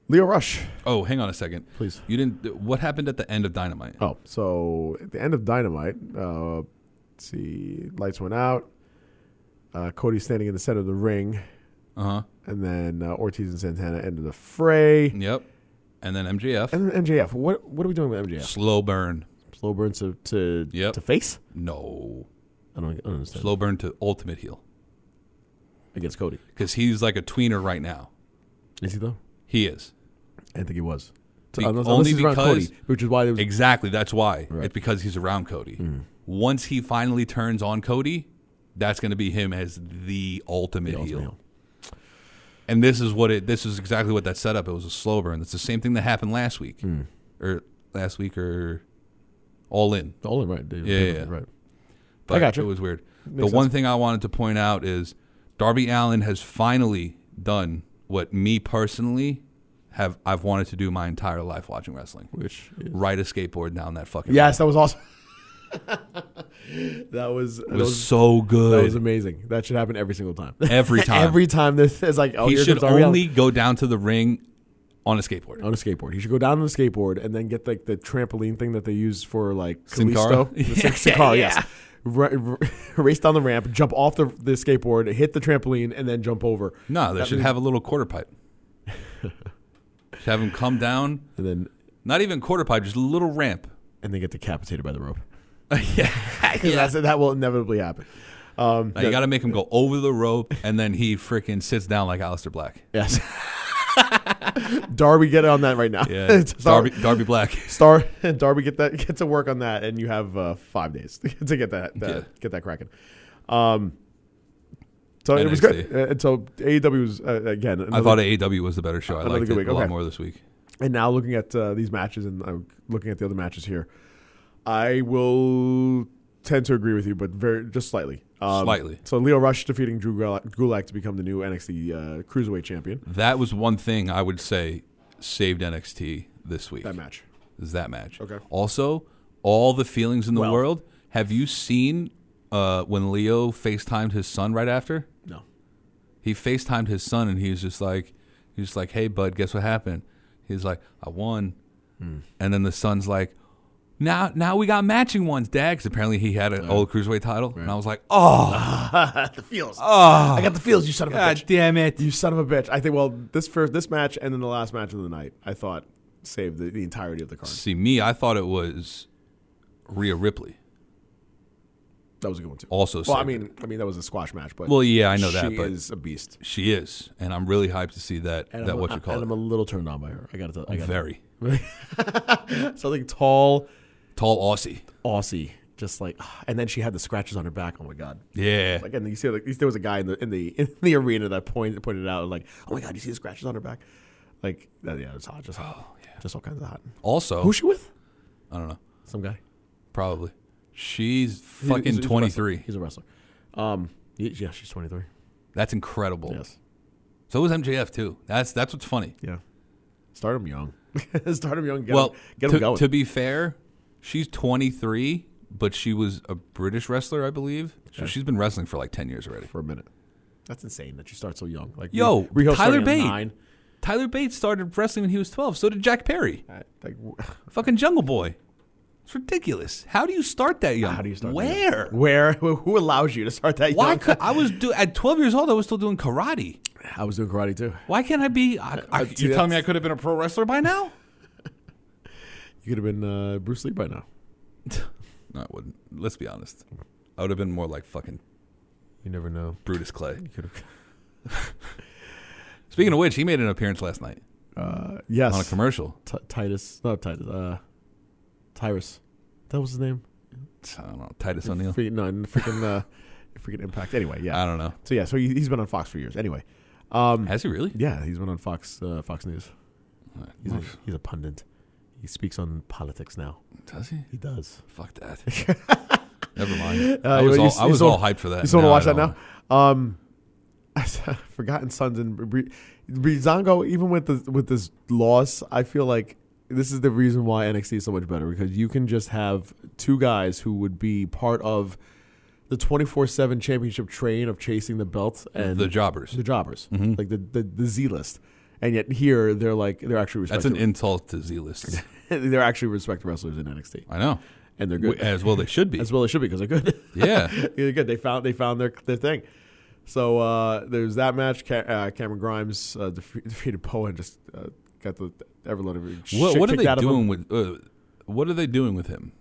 Leo Rush. Oh, hang on a second. Please. You didn't. What happened at the end of Dynamite? Oh, so at the end of Dynamite, uh, let's see, lights went out. Uh, Cody standing in the center of the ring, Uh huh. and then uh, Ortiz and Santana ended the fray. Yep. And then MJF. And then MJF. What what are we doing with MJF? Slow burn. Slow burn to to, Yep. to face. No. I don't, I don't understand. Slow burn to ultimate heel against Cody. because he's like a tweener right now. Is he though? uh, He is. I think he was. Be- unless, only only unless because because- Cody, which is why they was Exactly. That's why. Right. It's because he's around Cody. Once he finally turns on Cody, that's going to be him as the ultimate, the ultimate heel. heel. And this is what it. This is exactly what that setup. It was a slow burn. It's the same thing that happened last week, or last week, or all in. All in right. They- Yeah, they- yeah, yeah. right. But gotcha. It was weird. the Makes one sense. thing I wanted to point out is Darby Allen has finally done what me personally have I've wanted to do my entire life watching wrestling. Which is- Ride a skateboard down that fucking. yes, that was awesome. that was that ramp. it was, was, so that good. was amazing. That should happen every single time. Every time. every time this is like oh, he here should comes Ariel. only go down to the ring on a skateboard. on a skateboard. He should go down on a skateboard and then get like the trampoline thing that they use for like Sin Cara? Kalisto. The Sin- Sin Cara, yes. Ra- ra- race down the ramp, jump off the, the skateboard, hit the trampoline, and then jump over. No, they That should would- have a little quarter pipe. To have him come down, and then not even quarter pipe, just a little ramp. and they get decapitated by the rope. yeah, 'Cause that's- that will inevitably happen. Um, Now, you got to make him go over the rope, and then he freaking sits down like Aleister Black. yes. Darby, get on that right now. Yeah, Star, Darby, Darby Black. Star, Darby, get that, get to work on that, and you have uh, five days to get that, that Yeah. get that cracking. Um, so it was good. NXT. Uh, And so AEW was uh, again. I another- thought AEW was the better show. I Another liked good it week, a okay. lot more this week. And now looking at uh, these matches and uh, looking at the other matches here, I will tend to agree with you, but very just slightly. Um, Slightly. So Leo Rush defeating Drew Gulak, Gulak to become the new NXT uh, Cruiserweight Champion. That was one thing I would say saved NXT this week. That match. is that match. Okay. Also, all the feelings in the Well- world. Have you seen uh, when Leo FaceTimed his son right after? No. He FaceTimed his son and he was just like, he was like, hey, bud, guess what happened? He's like, I won. Hmm. And then the son's like, now, now we got matching ones, Dad. 'cause apparently he had an old cruiserweight title, and I was like, "Oh, the feels. Oh, I got the feels. You son of a god damn it!" You son of a bitch. I think. Well, this first this match and then the last match of the night, I thought saved the, the entirety of the card. See, me, I thought it was Rhea Ripley. That was a good one too. Also well, I saved mean, I mean that was a squash match, but Well, yeah, I know that, she but- is a beast. She is, and I'm really hyped to see that. And that I'm, what you and call I'm a little turned on by her. I gotta tell. I it? gotta, Very something tall, tall Aussie. Aussie, just like, and then she had the scratches on her back. Oh my god! Yeah, Like, and you see, like, there was a guy in the in the in the arena that pointed pointed it out, like, oh my god, you see the scratches on her back? Like, that, yeah, it's hot, just hot, Oh, just all kinds of hot. Also, Who's she with? I don't know. Some guy. Probably. She's He's- fucking he's- he's a wrestler. 23. He's a wrestler. Um, y- yeah, she's twenty three. That's incredible. Yes. So was MJF too. That's that's what's funny. Yeah. Start him young. Start him young. Get well, him, get to, him going. to be fair, she's 23, but she was a British wrestler, I believe. So she's been wrestling for like 10 years already. for a minute. That's insane that you start so young. Like, Yo, Re- Riho Tyler starting at Bate. nine. Tyler Bates started wrestling when he was 12. So did Jack Perry. I- Like, w- Fucking Jungle Boy. It's ridiculous. How do you start that young? how do you start? that? Where? Where? Who allows you to start that? Why young? could I was do at 12 years old I was still doing karate. I was doing karate too. Why can't I be I, I, see, you telling me that's- I could have been a pro wrestler by now? You could have been uh, Bruce Lee by now. No, I wouldn't. Let's be honest. I would have been more like fucking You never know. Brutus Clay. You could have. Speaking of which, he made an appearance last night Uh, yes. on a commercial. T- Titus. Not Titus. Uh, Tyrus. That was his name. I don't know. Titus O'Neil. Freaking, no, in freaking, uh, freaking Impact. Anyway, yeah. I don't know. So yeah, so he, he's been on Fox for years. Anyway, um, Has he really? yeah, he's been on Fox uh, Fox News. He's a, Nice. he's a pundit. He speaks on politics now. Does he? He does. Fuck that. Never mind. I was, Uh, you- all, you I was still- all hyped for that. You still want No, to watch I that don't. now? Um, Forgotten Sons and Bri- Brizongo. Even with the with this loss, I feel like this is the reason why NXT is so much better because you can just have two guys who would be part of the twenty four seven championship train of chasing the mm-hmm. belt and The jobbers. the jobbers, like the the, the Z list. And yet here they're like they're actually That's an respected. insult to Z list. they're actually respected wrestlers in NXT, I know. and they're W- good As well, they should be. as well. They should be because they're good. Yeah. Yeah, good. They found they found their their thing. So uh, there's that match. Ca- uh, Cameron Grimes uh, defe- defeated Poe and just uh, got the everload of shit What, what are kicked they out of him. doing with? Uh, what are they doing with him?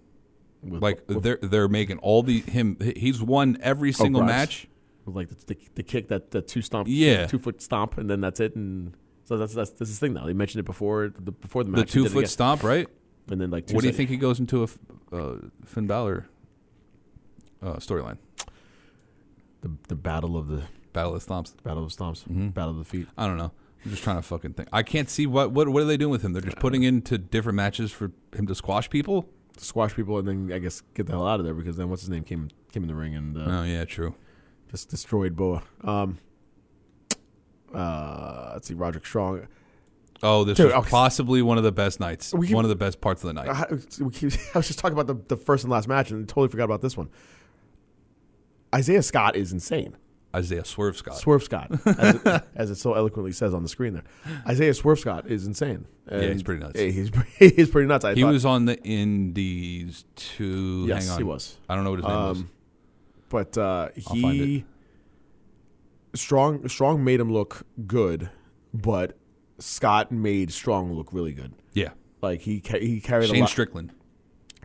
With- Like they're they're making all the him. He's won every single Oh, Grimes. match. with, like the, the, the kick that the two stomp, Yeah. two foot stomp, and then that's it. And so that's that's, that's his thing now. They mentioned it before the before the The match. he two did it foot again. stomp, right? and then like two What do you sec- think he goes into a f- uh, Finn Balor uh, storyline? The, the battle of the Battle of the Stomps. battle of stomps, Mm-hmm. battle of the feet. I don't know. I'm just trying to fucking think. I can't see what what what are they doing with him? They're just putting into different matches for him to squash people. Squash people and then I guess get the hell out of there because then what's his name came came in the ring and uh, Oh yeah, true. just destroyed Boa. Um, uh, let's see, Roderick Strong. Oh, this Dude, was okay. possibly one of the best nights. We- Uh, one of the best parts of the night. I, we keep- I was just talking about the, the first and last match and totally forgot about this one. Isaiah Scott is insane. Isaiah Swerve Scott. Swerve Scott, as it, as it so eloquently says on the screen there. Isaiah Swerve Scott is insane. Yeah, he's And pretty nuts. He's, he's pretty nuts. I he thought- was on the Indies too. Yes, hang on. he was. I don't know what his name was. Um, but uh, I'll find he strong strong made him look good, but Scott made Strong look really good. Yeah. Like he ca- he carried a Shane lot. Strickland.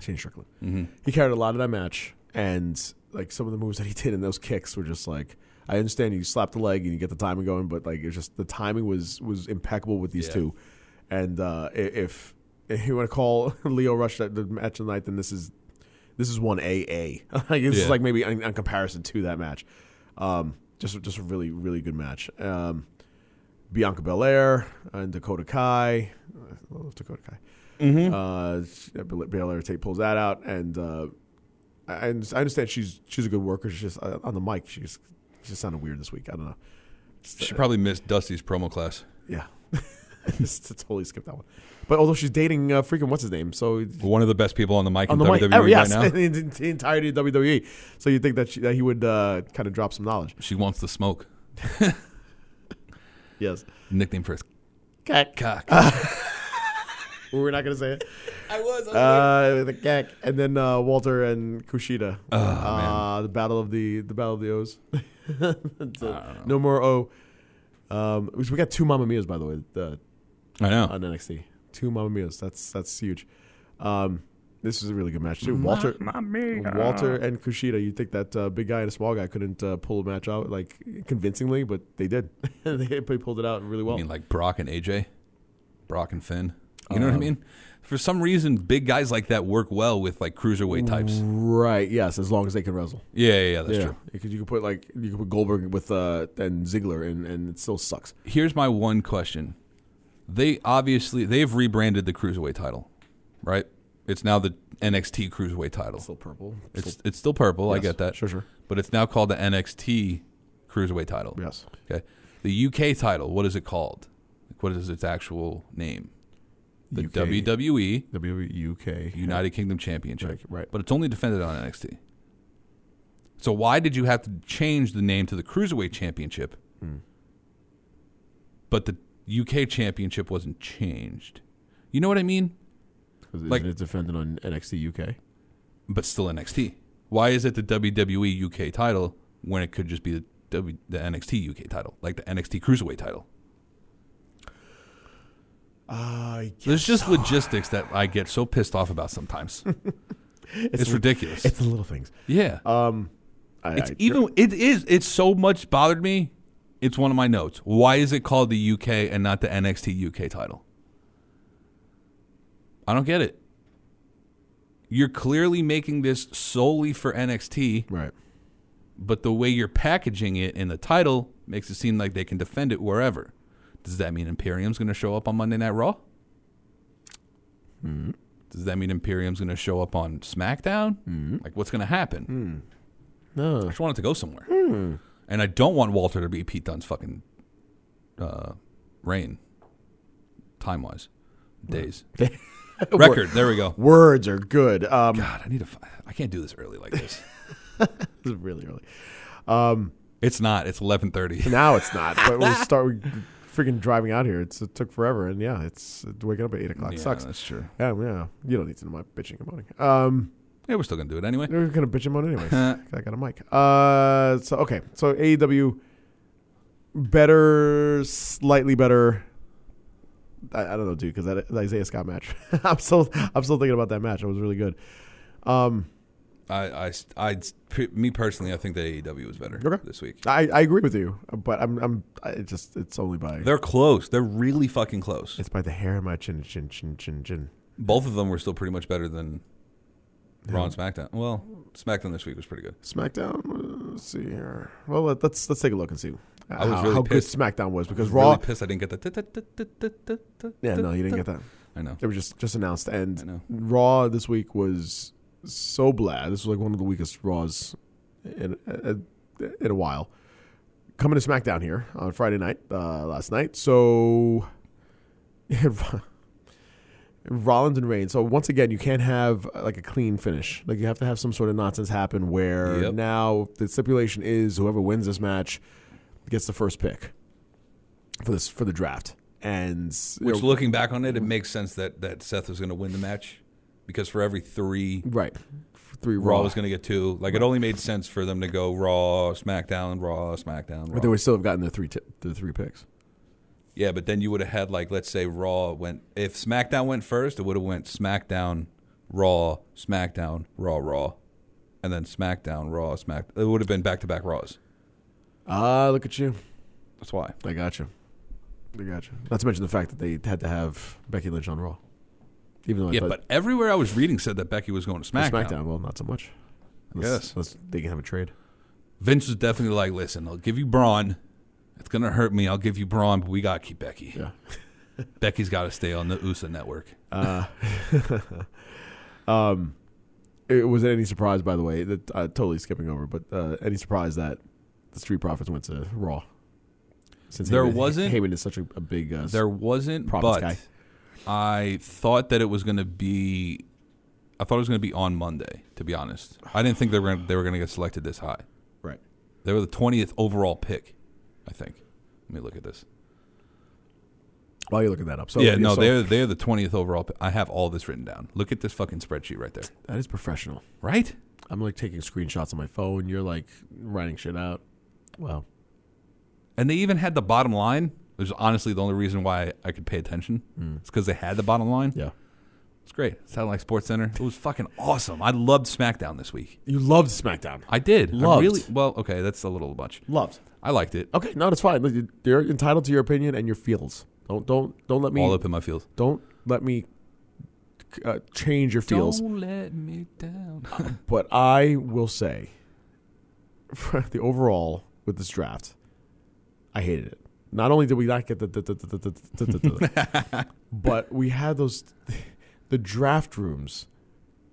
Shane Strickland. Mm-hmm. He carried a lot of that match, and like some of the moves that he did and those kicks were just like I understand you slap the leg and you get the timing going, but like it's just the timing was was impeccable with these Yeah. two. And uh, i- if if you want to call Leo Rush that the match of the night, then this is this is one AA. like this Yeah. is like maybe in, in comparison to that match. Um, just just a really really good match. Um, Bianca Belair and Dakota Kai. I love Dakota Kai. Mm-hmm. Uh, she- Bel- Belair tape pulls that out, and uh, I, I under- I understand she's she's a good worker. She's just uh, on the mic. She's she just sounded weird this week. I don't know. uh, She probably missed Dusty's promo class. Yeah, just totally skipped that one. But although she's dating uh, freaking what's his name, so One of the best people on the mic on the in WWE mic, ever, yes, E right now. in the, the entirety of WWE. So you think that she, that he would uh, kind of drop some knowledge? She wants the smoke. Yes. Nickname for his cock. Ah, We're not gonna say it. I was. uh, the gag, and then uh, Walter and Kushida. Oh, uh, the battle of the the battle of the O's. It's, uh, no more O. Um, we we got two Mamma Mia's by the way uh, I know. on NXT. Two Mamma Mia's. That's that's huge. Um, this is a really good match too. Walter, Walter and Kushida. You think that uh, big guy and a small guy couldn't uh, pull a match out like convincingly, but they did. they pulled it out really well. I mean, like Brock and AJ, Brock and Finn. You Um, know what I mean? For some reason, big guys like that work well with like cruiserweight types. right? Yes, as long as they can wrestle. Yeah, yeah, yeah that's true. Because you could put like you could put Goldberg with uh and Ziggler and and it still sucks. Here's my one question: They obviously they've rebranded the cruiserweight title, right? It's now the NXT cruiserweight title. Still purple. It's it's still purple. I Yes, get that. sure, sure. But it's now called the NXT cruiserweight title. Yes. Okay. The UK title. What is it called? Like, what is its actual name? The E UK. WWE WWE UK. United Kingdom Championship. Right, right. But it's only defended on NXT. So why did you have to change the name to the Cruiserweight Championship? Hmm. But the UK Championship wasn't changed. You know what I mean? Like like- it's defended on NXT UK. But still NXT. Why is it the WWE UK title when it could just be the W the NXT UK title, like the NXT Cruiserweight title? Ah, I There's just logistics that I get so pissed off about sometimes. it's, ridiculous. it's the little things. yeah. Um, I, It's I- even it is it's so much bothered me. It's one of my notes. Why is it called the UK and not the NXT UK title? I don't get it. You're clearly making this solely for NXT, right. but the way you're packaging it in the title makes it seem like they can defend it wherever. Does that mean Imperium's going to show up on Monday Night Raw? Hmm. Does that mean Imperium's going to show up on SmackDown? Hmm. Like, what's going to happen? I No. just want it to go somewhere. Hmm. And I don't want Walter to be Pete Dunne's fucking uh, reign, time wise, days. Record. There we go. Words are good. Um, God, I need to. Fi- I can't do this early like this. this is really early. it's not. It's eleven thirty. Now it's not. But we'll start with freaking driving out here. It's, it took forever, and yeah, it's waking up at eight o'clock Yeah, sucks. that's true. Yeah, yeah. You don't need to know my bitching and moaning. Um, Yeah, we're still gonna do it anyway. They're gonna bitch him on anyways. 'cause I got a mic. Uh, so okay, so AEW better, slightly better. I, I don't know, dude, because that, that Isaiah Scott match. I'm still, I'm still thinking about that match. It was really good. Um, I, I, I, me personally, I think that AEW was better Okay. this week. I, I agree with you, but I'm, I'm, I it just, it's only by, They're close. They're really fucking close. it's by the hair on my chin, chin, chin, chin, chin. Both of them were still pretty much better than Raw and SmackDown. Well, SmackDown this week was pretty good. SmackDown. uh, Let's see here. Well, let, let's let's take a look and see. I was how, really how good pissed. SmackDown was because I'm Raw. really pissed I didn't get that. yeah, no, you didn't get that. I know. It was just just announced, I and know. Raw this week was so blah. This was like one of the weakest Raws in uh, in a while. Coming to SmackDown here on Friday night, uh, last night. So Rollins and Reigns. So once again, you can't have uh, like a clean finish. Like you have to have some sort of nonsense happen where Yep. now the stipulation is whoever wins this match gets the first pick for this for the draft. And Which, looking back on it, it makes sense that, that Seth was going to win the match because for every three, Right. For Three Raw, Raw. was going to get two. Like, it only made sense for them to go Raw, SmackDown, Raw, SmackDown, Raw. but they would still have gotten the three t- the three picks. Yeah, but then you would have had like let's say Raw went if SmackDown went first, it would have went SmackDown, Raw, SmackDown, Raw, Raw, and then SmackDown, Raw, Smack. It would have been back to back Raws. Ah, look at you. That's why. I got you. I got you. Not to mention the fact that they had to have Becky Lynch on Raw. Even though I Yeah, thought but everywhere I was reading said that Becky was going to for SmackDown. SmackDown, well, not so much. Yes. unless they can have a trade. Vince was definitely like, "Listen, I'll give you Braun. It's gonna hurt me. I'll give you Braun, but we gotta keep Becky. Yeah. Becky's got to stay on the USA network." It, was it any surprise, by the way, that uh, totally skipping over, but uh, any surprise that the Street Profits went to Raw? Since There Heyman, wasn't- Heyman is such a, a big. Uh, There wasn't, Province but guy. I thought that it was going to be. I thought it was going to be on Monday. To be honest, I didn't think they were gonna, they were going to get selected this high. right. They were the twentieth overall pick, I think. Let me look at this. While you're looking that up, so yeah, no, so- they're they're the twentieth overall. pick. I have all this written down. Look at this fucking spreadsheet right there. that is professional. Right? I'm like taking screenshots on my phone. You're like writing shit out. Wow. And they even had the bottom line, which is honestly the only reason why I could pay attention. It's because they had the bottom line. Yeah. It's great. It sounded like Sports Center. It was fucking awesome. I loved SmackDown this week. You loved SmackDown. I did. Loved. I really well, okay, that's a little much. Loved. I liked it. Okay, no, that's fine. Look, you- You're entitled to your opinion and your feels. Don't don't don't let me All up in my field. don't let me uh, change your feels. Don't let me down. But I will say, for the overall with this draft, I hated it. Not only did we not get the, the, the, the, the, the, the, the- but we had those. The draft rooms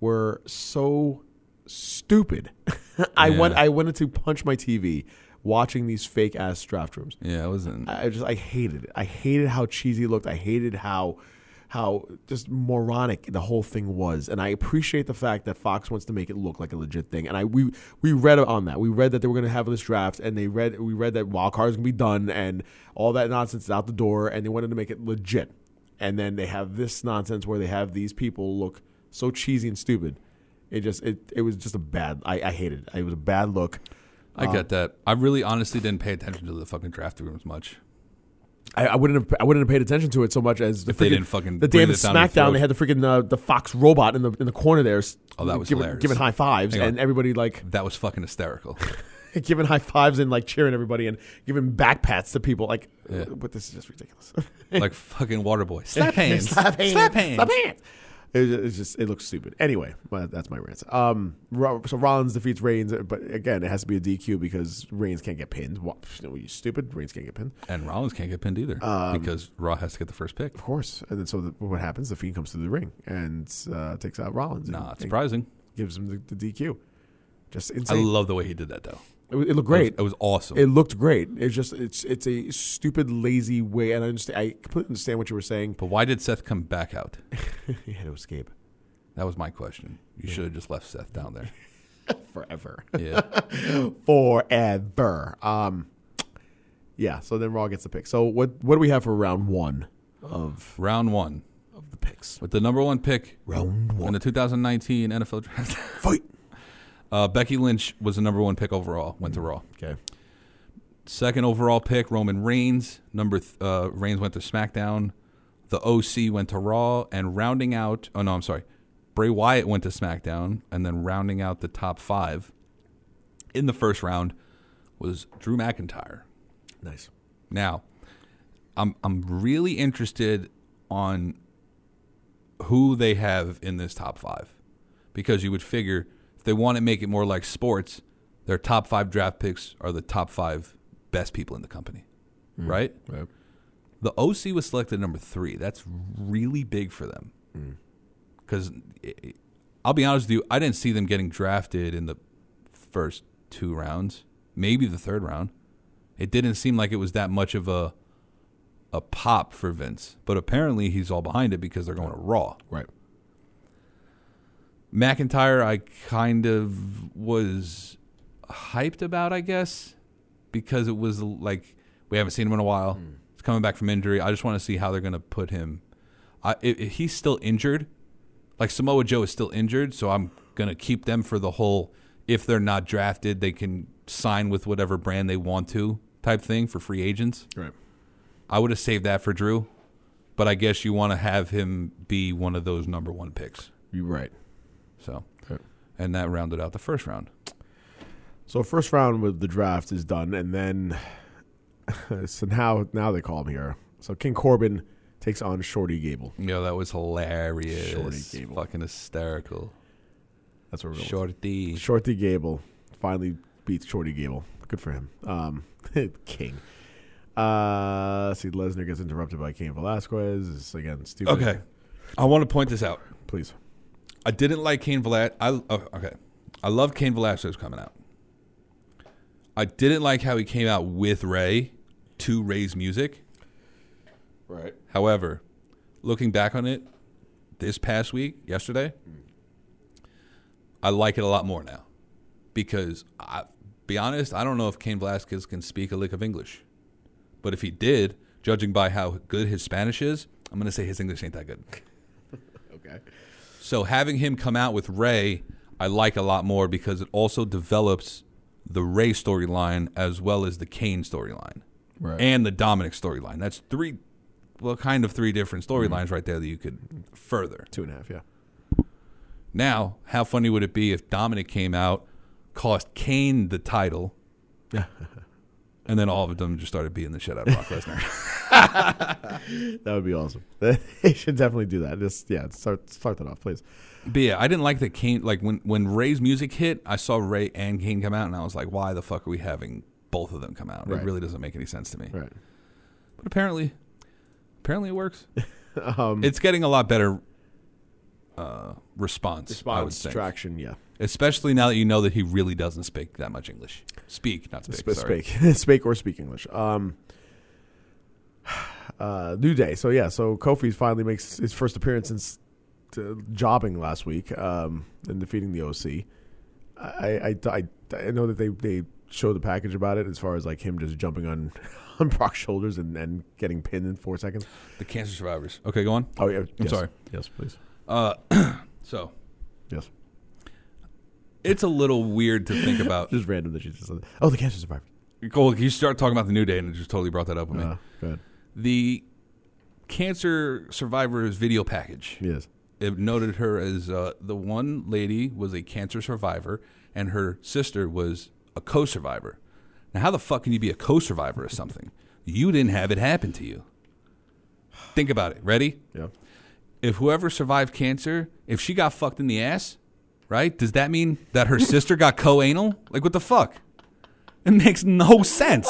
were so stupid. I went. Yeah. I wanted to punch my TV watching these fake ass draft rooms. yeah, it wasn't. I I just I hated it. I hated how cheesy it looked. I hated how how just moronic the whole thing was. And I appreciate the fact that Fox wants to make it look like a legit thing. And I we we read on that. We read that they were going to have this draft, and they read we read that wild cards going to be done, and all that nonsense is out the door. And they wanted to make it legit. And then they have this nonsense where they have these people look so cheesy and stupid. It just it it was just a bad. I, I hated. It. it was a bad look. I uh, get that. I really honestly didn't pay attention to the fucking draft rooms much. I, I wouldn't have I wouldn't have paid attention to it so much as the If they freaking- didn't fucking the breathe damn it down your SmackDown. They throat. had the freaking uh, the Fox robot in the in the corner there. s- Oh, that was giving, hilarious. giving high fives Hang on. and everybody like That was fucking hysterical. giving high fives and like cheering everybody and giving back pats to people. Like, Yeah. but this is just ridiculous. like fucking Waterboy. Slap hands. slap hands, Slap hands. slap hands. It, was- it's just it looks stupid. Anyway, but that's my rant. Um, Ro- so Rollins defeats Reigns, but again, it has to be a DQ because Reigns can't get pinned. What, you know, you stupid. Reigns can't get pinned. And Rollins can't get pinned either Um, because Raw has to get the first pick. Of course. And then so the, what happens? The Fiend comes through the ring and uh, takes out Rollins. Nah, and, it's surprising. gives him the, the DQ. Just I insane. love the way he did that though. it, wa- it looked great. It was, it was awesome. It looked great. It's just it's it's a stupid, lazy way. And I understand. I completely understand what you were saying. but why did Seth come back out? he had to escape That was my question. You should have just left Seth down there. forever, Yeah. forever. Um, yeah. So then Raw gets the pick. So what what do we have for round one of Round one of the picks? with the number one pick Round in one. the 2019 NFL draft. Fight. uh, Becky Lynch was the number one pick overall. Went to Raw. Okay. Second overall pick, Roman Reigns. Number th- uh, Reigns went to SmackDown. The OC went to Raw, and rounding out. Oh no, I'm sorry. Bray Wyatt went to SmackDown, and then rounding out the top five in the first round was Drew McIntyre. Nice. Now, I'm I'm really interested on who they have in this top five, because you would figure if they want to make it more like sports, their top five draft picks are the top five best people in the company, right? Right. The OC was selected number three. That's really big for them, because I'll be honest with you, I didn't see them getting drafted in the first two rounds, maybe the third round. It didn't seem like it was that much of a a pop for Vince, but apparently he's all behind it because they're going to Raw. Right. McIntyre, I kind of was hyped about, I guess, because it was like we haven't seen him in a while. He's coming back from injury. I just want to see how they're going to put him. I, if if he's still injured. Like Samoa Joe is still injured, so I'm going to keep them for the whole if they're not drafted, they can sign with whatever brand they want to type thing for free agents. Right. I would have saved that for Drew, but I guess you want to have him be one of those number one picks. You're right. So, Okay. and that rounded out the first round. So first round with the draft is done, and then so now now they call him here. So King Corbin takes on Shorty Gable. Yo, that was hilarious. Shorty Gable. Fucking hysterical. That's where we're going. Shorty. Shorty Gable finally beats Shorty Gable. Good for him. Um, King. Uh, let's see, Lesnar gets interrupted by Cain Velasquez. This is, again stupid. Okay. I want to point this out. please. I didn't like Kane Velasquez. I oh, okay. I love Kane Velasquez coming out. I didn't like how he came out with Ray to Ray's music. Right. However, looking back on it, this past week, yesterday, I like it a lot more now because I be honest, I don't know if Kane Velasquez can speak a lick of English, but if he did, judging by how good his Spanish is, I'm gonna say his English ain't that good. Okay. So having him come out with Ray, I like a lot more because it also develops the Ray storyline as well as the Kane storyline Right. and the Dominic storyline. That's three, well, kind of three different storylines right there that you could further. Two and a half. Yeah. Now, how funny would it be if Dominic came out, cost Kane the title, and then all of them just started beating the shit out of Brock Lesnar? That would be awesome. they should definitely do that. Just yeah, start start that off, please. but yeah, I didn't like that Kane. Like when when Ray's music hit, I saw Ray and Kane come out, and I was like, why the fuck are we having both of them come out? Right. It really doesn't make any sense to me. Right. But apparently, apparently it works. Um, it's getting a lot better uh, response. I would Response, say. traction, yeah. especially now that you know that he really doesn't speak that much English. Speak, not speak. Sp- sorry. speak, speak, or speak English. Um, uh, New Day. So yeah, so Kofi finally makes his first appearance since uh, jobbing last week um, and defeating the OC. I I, I, I know that they they showed the package about it as far as like him just jumping on on Brock's shoulders and, and getting pinned in four seconds. The cancer survivors. Okay, go on. Oh yeah, yes. sorry. Yes, please. So Yes, it's a little weird to think about. just random that she just said. Oh, the cancer survivor. Cool. You start talking about the new day, and it just totally brought that up with me. Uh, go ahead. the cancer survivors video package. Yes. it noted her as uh, the one lady was a cancer survivor and her sister was a co-survivor. Now, how the fuck can you be a co-survivor of something? You didn't have it happen to you. Think about it. Ready? Yeah. If whoever survived cancer, if she got fucked in the ass, right? Does that mean that her sister got co-anal? Like what the fuck? It makes no sense.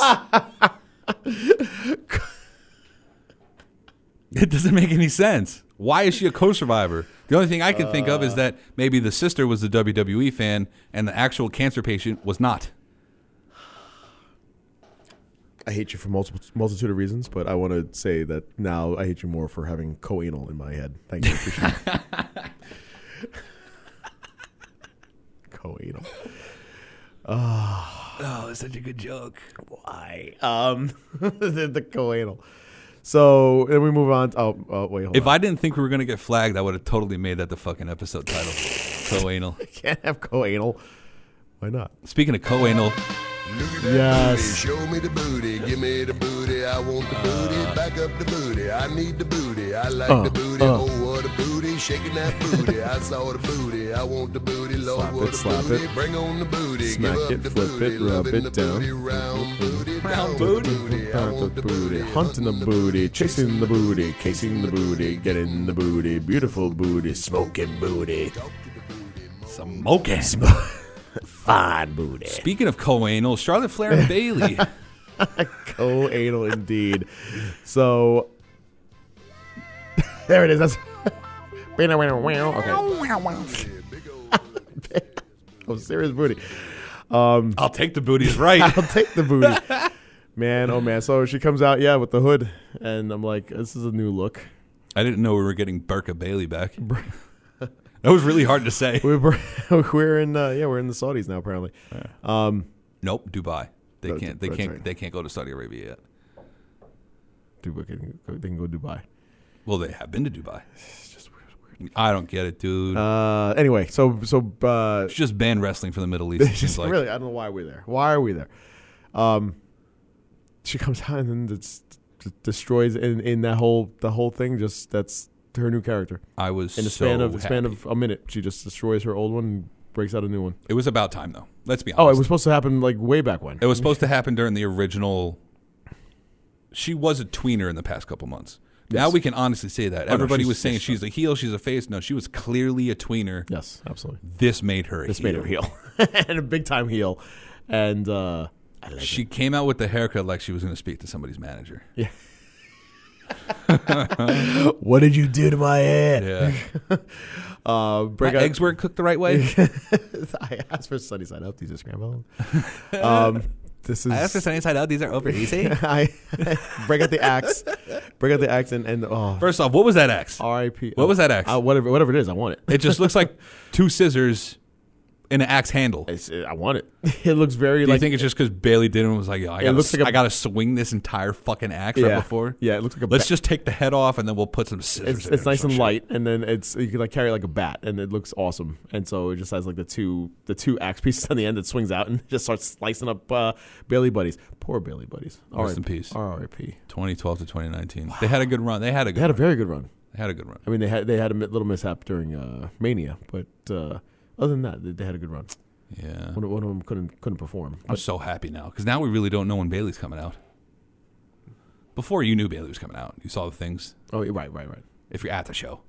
It doesn't make any sense. Uh. Why is she a co-survivor? The only thing I can think of is that maybe the sister was a WWE fan and the actual cancer patient was not. I hate you for multiple multitude of reasons, but I want to say that now I hate you more for having coanal in my head. Thank you. Appreciate it. coanal. Oh, it's such a good joke. Why? Um, the, the coanal. So then we move on. To, oh, oh, wait, hold If on. I didn't think we were gonna get flagged, I would have totally made that the fucking episode title. co-anal. can't have coanal, why not? Speaking of co-anal, Look at that Yes. booty. Show me the booty. Give me the booty. I want the booty. Back up the booty. I need the booty. I like Uh, the booty. Oh, what a booty. Shaking that booty. I saw the booty. I want the booty. Lord, Slap what it, a slap booty. it. Bring on the booty. Smack Give up it, the flip booty. it, rub Loving it the down. Booty. Round booty. Round down with booty. the booty. I Found want the booty, hunting the booty, chasing the booty, casing the booty, getting the booty, beautiful booty, smoking booty, some mocha. fine booty. Speaking of co-anal, Charlotte Flair and Bailey. Oh, anal indeed. So there it is. That's okay. Oh, serious booty. I'll take the booties right. I'll take the booty. Man, oh man. So she comes out, yeah, with the hood, and I'm like, this is a new look. I didn't know we were getting Burka Bailey back. that was really hard to say. We We're we're in uh, yeah, we're in the Saudis now apparently. Nope, Dubai. They That's- can't. They that's can't. right. They can't go to Saudi Arabia yet. Dubai can go, they can go Dubai. Well, they have been to Dubai. I don't get it, dude. Uh, anyway, so so uh, It's just ban wrestling from the Middle East. it seems like. really, I don't know why we're there. Why are we there? Um, she comes out and then it's d- destroys in, in that whole the whole thing. Just that's her new character. I was In the so span of the span happy. of a minute, she just destroys her old one, and breaks out a new one. It was about time though. Let's be honest. Oh, it was supposed to happen like way back when. It was supposed to happen during the original. She was a tweener in the past couple months. Now Yes. Oh, we can honestly say that. no, Everybody she's- was saying she's- she's a heel, she's a face. No, she was clearly a tweener. Yes, absolutely. This made her a This heel. made her heel, and a big time heel, and uh, I like She came out with the haircut like she was going to speak to somebody's manager. it. What did you do to my head? Yeah. Uh, My break out- eggs weren't cooked the right way. I asked for sunny side up. These are scrambled. Um, this is. I asked for sunny side out. These are over easy. I break out the axe, break out the axe, and, and oh, First off, what was that axe? R.I.P. What was that axe? I- Uh, whatever, whatever it is, I want it. It just looks like two scissors and an axe handle. Do It's, I want it. It looks very you like. think it's just because Bailey did it and was like, Yo, I, gotta, looks like a- I gotta swing this entire fucking axe yeah, right before? Yeah, it looks like a. Let's bat. just take the head off and then we'll put some scissors. It's, in it's it or nice some and shit. light, and then it's you can like carry like a bat, and it looks awesome. And so it just has like the two the two axe pieces on the end that swings out and just starts slicing up uh, Bailey buddies. Poor Bailey buddies. Rest in peace. R.I.P. 2012 to 2019. They had a good run. They had a good. They had a run. very good run. they had a good run. I mean, they had they had a mi- little mishap during uh, Mania, but uh, other than that, they, they had a good run. Yeah. One, of- one of them couldn't couldn't perform. I'm so happy now because now we really don't know when Bailey's coming out. Before you knew Bailey was coming out, you saw the things. Oh, yeah, right, right, right. If you're at the show,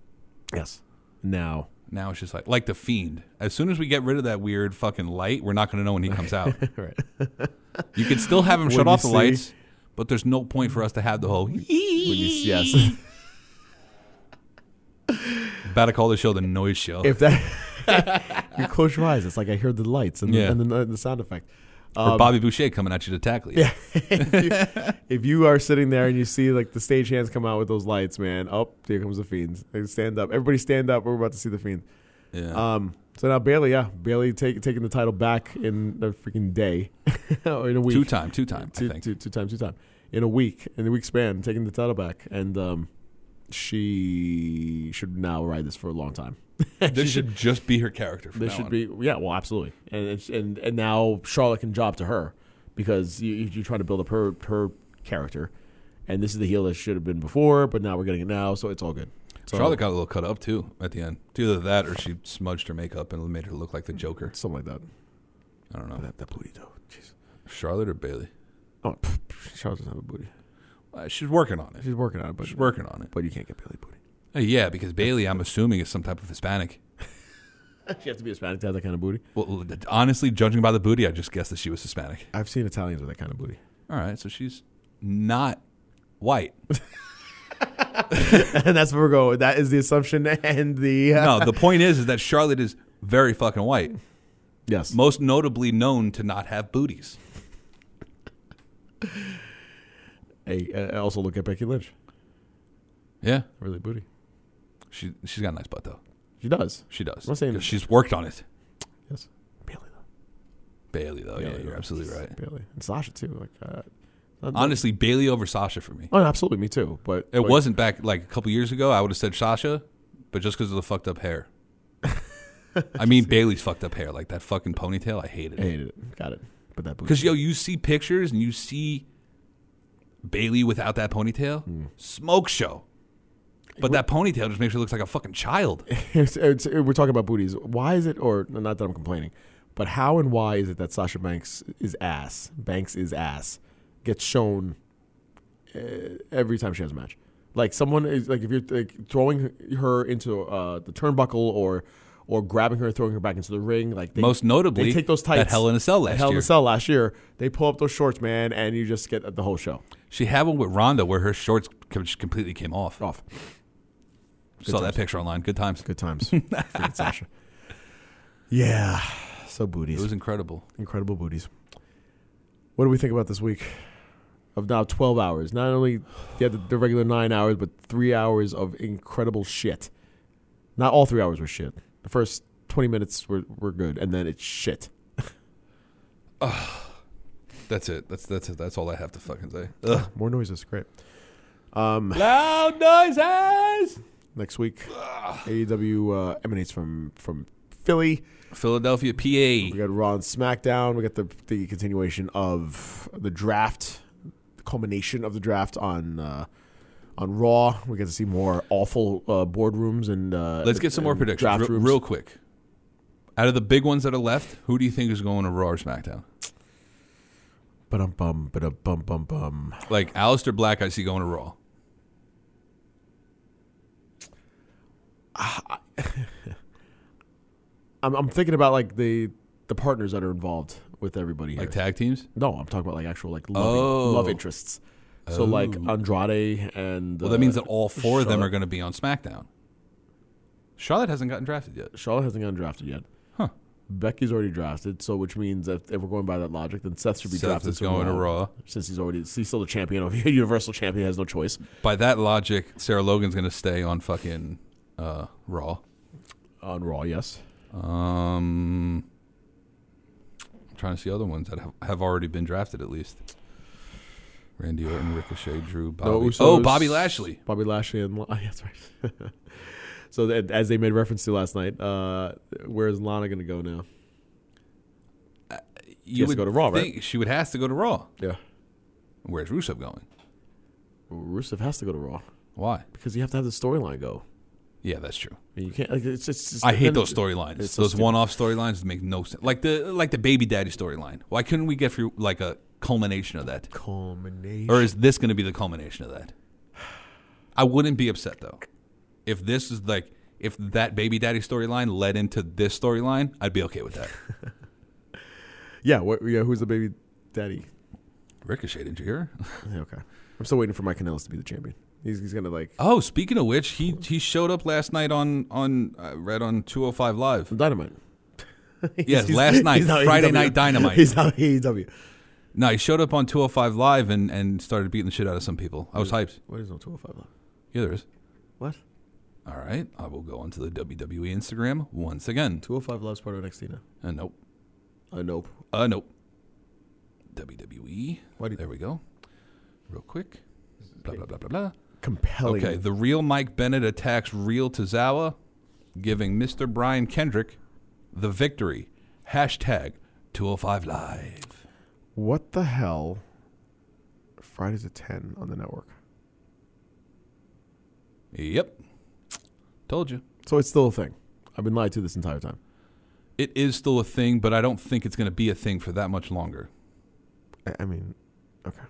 Yes. Now, now it's just like like the fiend. As soon as we get rid of that weird fucking light, we're not going to know when he comes out. right. You can still have him When shut you off the see- lights, but there's no point for us to have the whole. When you- yes. About to call the show the noise show. if that you close your eyes, it's like I hear the lights and, Yeah. the, and the, the sound effect. um, or Bobby Boucher coming at you to tackle you. If you are sitting there and you see like the stage hands come out with those lights, man, up oh, here comes the fiends. They stand up. Everybody stand up. We're about to see the fiend. Yeah. Um. So now Bailey, yeah, Bailey take, taking the title back in a freaking day, or in a week. two time, two time. I two, think. two, two time, two time in a week, in a week span, taking the title back, and um, she should now ride this for a long time. This should just be her character. From This now should on. be, yeah, well, absolutely, and it's- and and now Charlotte can job to her because you you- you're trying to build up her her character, and this is the heel that should have been before, but now we're getting it now, so it's all good. So, Charlotte got a little cut up too at the end. It's either that or she smudged her makeup and made her look like the Joker. something like that. I don't know. That that booty though, jeez. Charlotte or Bailey? Oh, pff, pff, Charlotte doesn't have a booty. Uh, she's working on it. She's working on it, but She's working on it. But you can't get Bailey booty. Uh, yeah, because Bailey, I'm assuming, is some type of Hispanic. you have to be Hispanic to have that kind of booty. Well, l- honestly, judging by the booty, I just guessed that she was Hispanic. I've seen Italians with that kind of booty. All right, so she's not white. and that's where we're going. That is the assumption and the uh, No, the point is, is that Charlotte is very fucking white. yes. Most notably known to not have booties. Hey, uh, also look at Becky Lynch. Yeah, Really booty. she she's got a nice butt though. She does. She does. I'm not saying- 'Cause she's worked on it. Yes. Bailey though. Bailey though, yeah, Bailey, you're though. absolutely right. Bailey and Sasha too. Like uh, not- Honestly, Bailey over Sasha for me. Oh, absolutely, me too. But It but- wasn't back like a couple years ago. I would have said Sasha, but just because of the fucked up hair. I mean Bailey's fucked up hair, like that fucking ponytail. I hated I it. hated it. Got it. But that booty. Because yo, you see pictures and you see Bailey without that ponytail, Hmm. smoke show. But that ponytail just makes her look like a fucking child. It's- it's- we're talking about booties. Why is it? Or not that I'm complaining, but how and why is it that Sasha Banks is ass? Banks is ass. Gets shown uh, every time she has a match. Like someone is like if you're like throwing her into uh, the turnbuckle or or grabbing her and throwing her back into the ring. Like they, Most notably, they take those tights. at Hell in a Cell At last Hell in year. a Cell last year, they pull up those shorts, man, and you just get the whole show She had one with Rhonda where her shorts com- just completely came off. off. Saw that picture online. Good times. Oh, Good times, Freaking Sasha. Yeah, so booties. It was incredible. Incredible booties. What do we think about this week? Of now twelve hours. Not only you had the, the regular nine hours, but three hours of incredible shit. Not all three hours were shit. The first twenty minutes were, were good, and then it's shit. That's it. That's that's it. That's all I have to fucking say. Ugh. More noises, great. Loud noises. Um, Next week, AEW uh, emanates from from Philly. Philadelphia, PA. We got Raw and SmackDown. We got the the continuation of the draft culmination of the draft on uh, on Raw. We get to see more awful uh, boardrooms and uh, Let's get some more and predictions Draft re- rooms. real quick. Out of the big ones that are left, who do you think is going to Raw or SmackDown? But um bum, but a bum bum bum. Like Alistair Black, I see going to Raw. I'm I'm thinking about like the the partners that are involved with everybody here. Like tag teams. no, I'm talking about like actual like love, Oh. love interests. So like Andrade and Well, uh, that means that all four of them Charlotte- are going to be on SmackDown. Charlotte hasn't gotten drafted yet. Charlotte hasn't gotten drafted yet. Huh. Becky's already drafted, so which means that if we're going by that logic, then Seth should be Seth drafted. is to going to Raw. since he's already he's still the champion of Universal Champion has no choice. By that logic, Sarah Logan's going to stay on fucking uh, Raw. on Raw, yes. Um, I'm trying to see other ones that have, have already been drafted at least. Randy Orton, Ricochet, Drew, Bobby. No, oh, Usos- Bobby Lashley. Bobby Lashley, and oh, yeah, that's right. so that, as they made reference to last night, uh, where is Lana going to go now? You has to go to Raw, right? think She would has to go to Raw. Yeah, Where's Rusev going? Rusev has to go to Raw Why? because you have to have the storyline go. Yeah, that's true. I mean, you can't. Like, it's, it's, it's I hate then those it- storylines. it's so those stupid. one-off storylines make no sense. Like the like the baby daddy storyline. Why couldn't we get through like a culmination of that? Culmination. Or is this going to be the culmination of that? I wouldn't be upset though. If this is like if that baby daddy storyline led into this storyline, I'd be okay with that. yeah, what, yeah. Who's the baby daddy? Ricochet did you hear? Yeah, okay, I'm still waiting for my Canellis to be the champion. He's, he's gonna like Oh, speaking of which, he he showed up last night on on uh, read on 205 live. dynamite. Yes, He's- last night, he's now Friday AEW. night Dynamite. He's E now AEW. No, he showed up on 205 live and and started beating the shit out of some people. I was hyped. What is no 205 left? Yeah, there is. What? All right, I will go onto the WWE Instagram once again. 205 Love's part of NXT now. Uh, nope. Uh, nope. Uh, nope. WWE. Why do you- there we go. Real quick. Blah, blah, blah, blah, blah. Compelling. Okay, the real Mike Bennett attacks real Tozawa, giving Mr. Brian Kendrick the victory. Hashtag 205 Live. What the hell? Fridays at 10 on the network. Yep. Told you. So it's still a thing. I've been lied to this entire time. It is still a thing, but I don't think it's going to be a thing for that much longer. I, I mean, okay.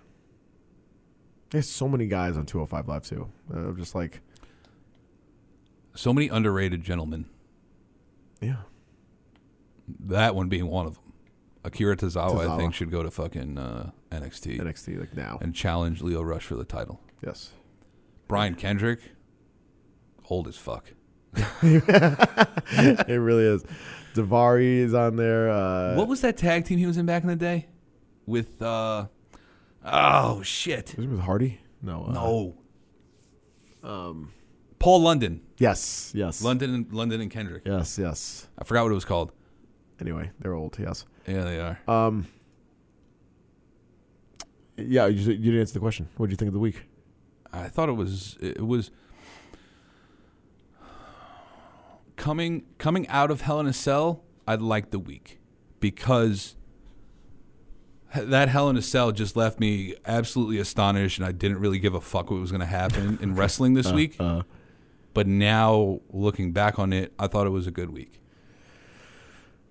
There's so many guys on 205 Live, too. Uh, I'm just like, So many underrated gentlemen, yeah. that one being one of them. Akira Tozawa, I Tozawa. think, should go to fucking uh, NXT. NXT, like now. and challenge Leo Rush for the title. yes. Brian Kendrick, old as fuck. it really is. Davari is on there. Uh, what was that tag team he was in back in the day? With uh oh shit. was it with Hardy? No. Uh, No. Um Um, Paul London. Yes, yes. London and London and Kendrick. Yes, yes. I forgot what it was called. Anyway, they're old, yes. Yeah, they are. Yeah, you, you didn't answer the question. What did you think of the week? I thought it was it was coming coming out of Hell in a Cell. I liked the week because that Hell in a Cell just left me absolutely astonished, and I didn't really give a fuck what was going to happen in wrestling Uh, this week. but now looking back on it, I thought it was a good week.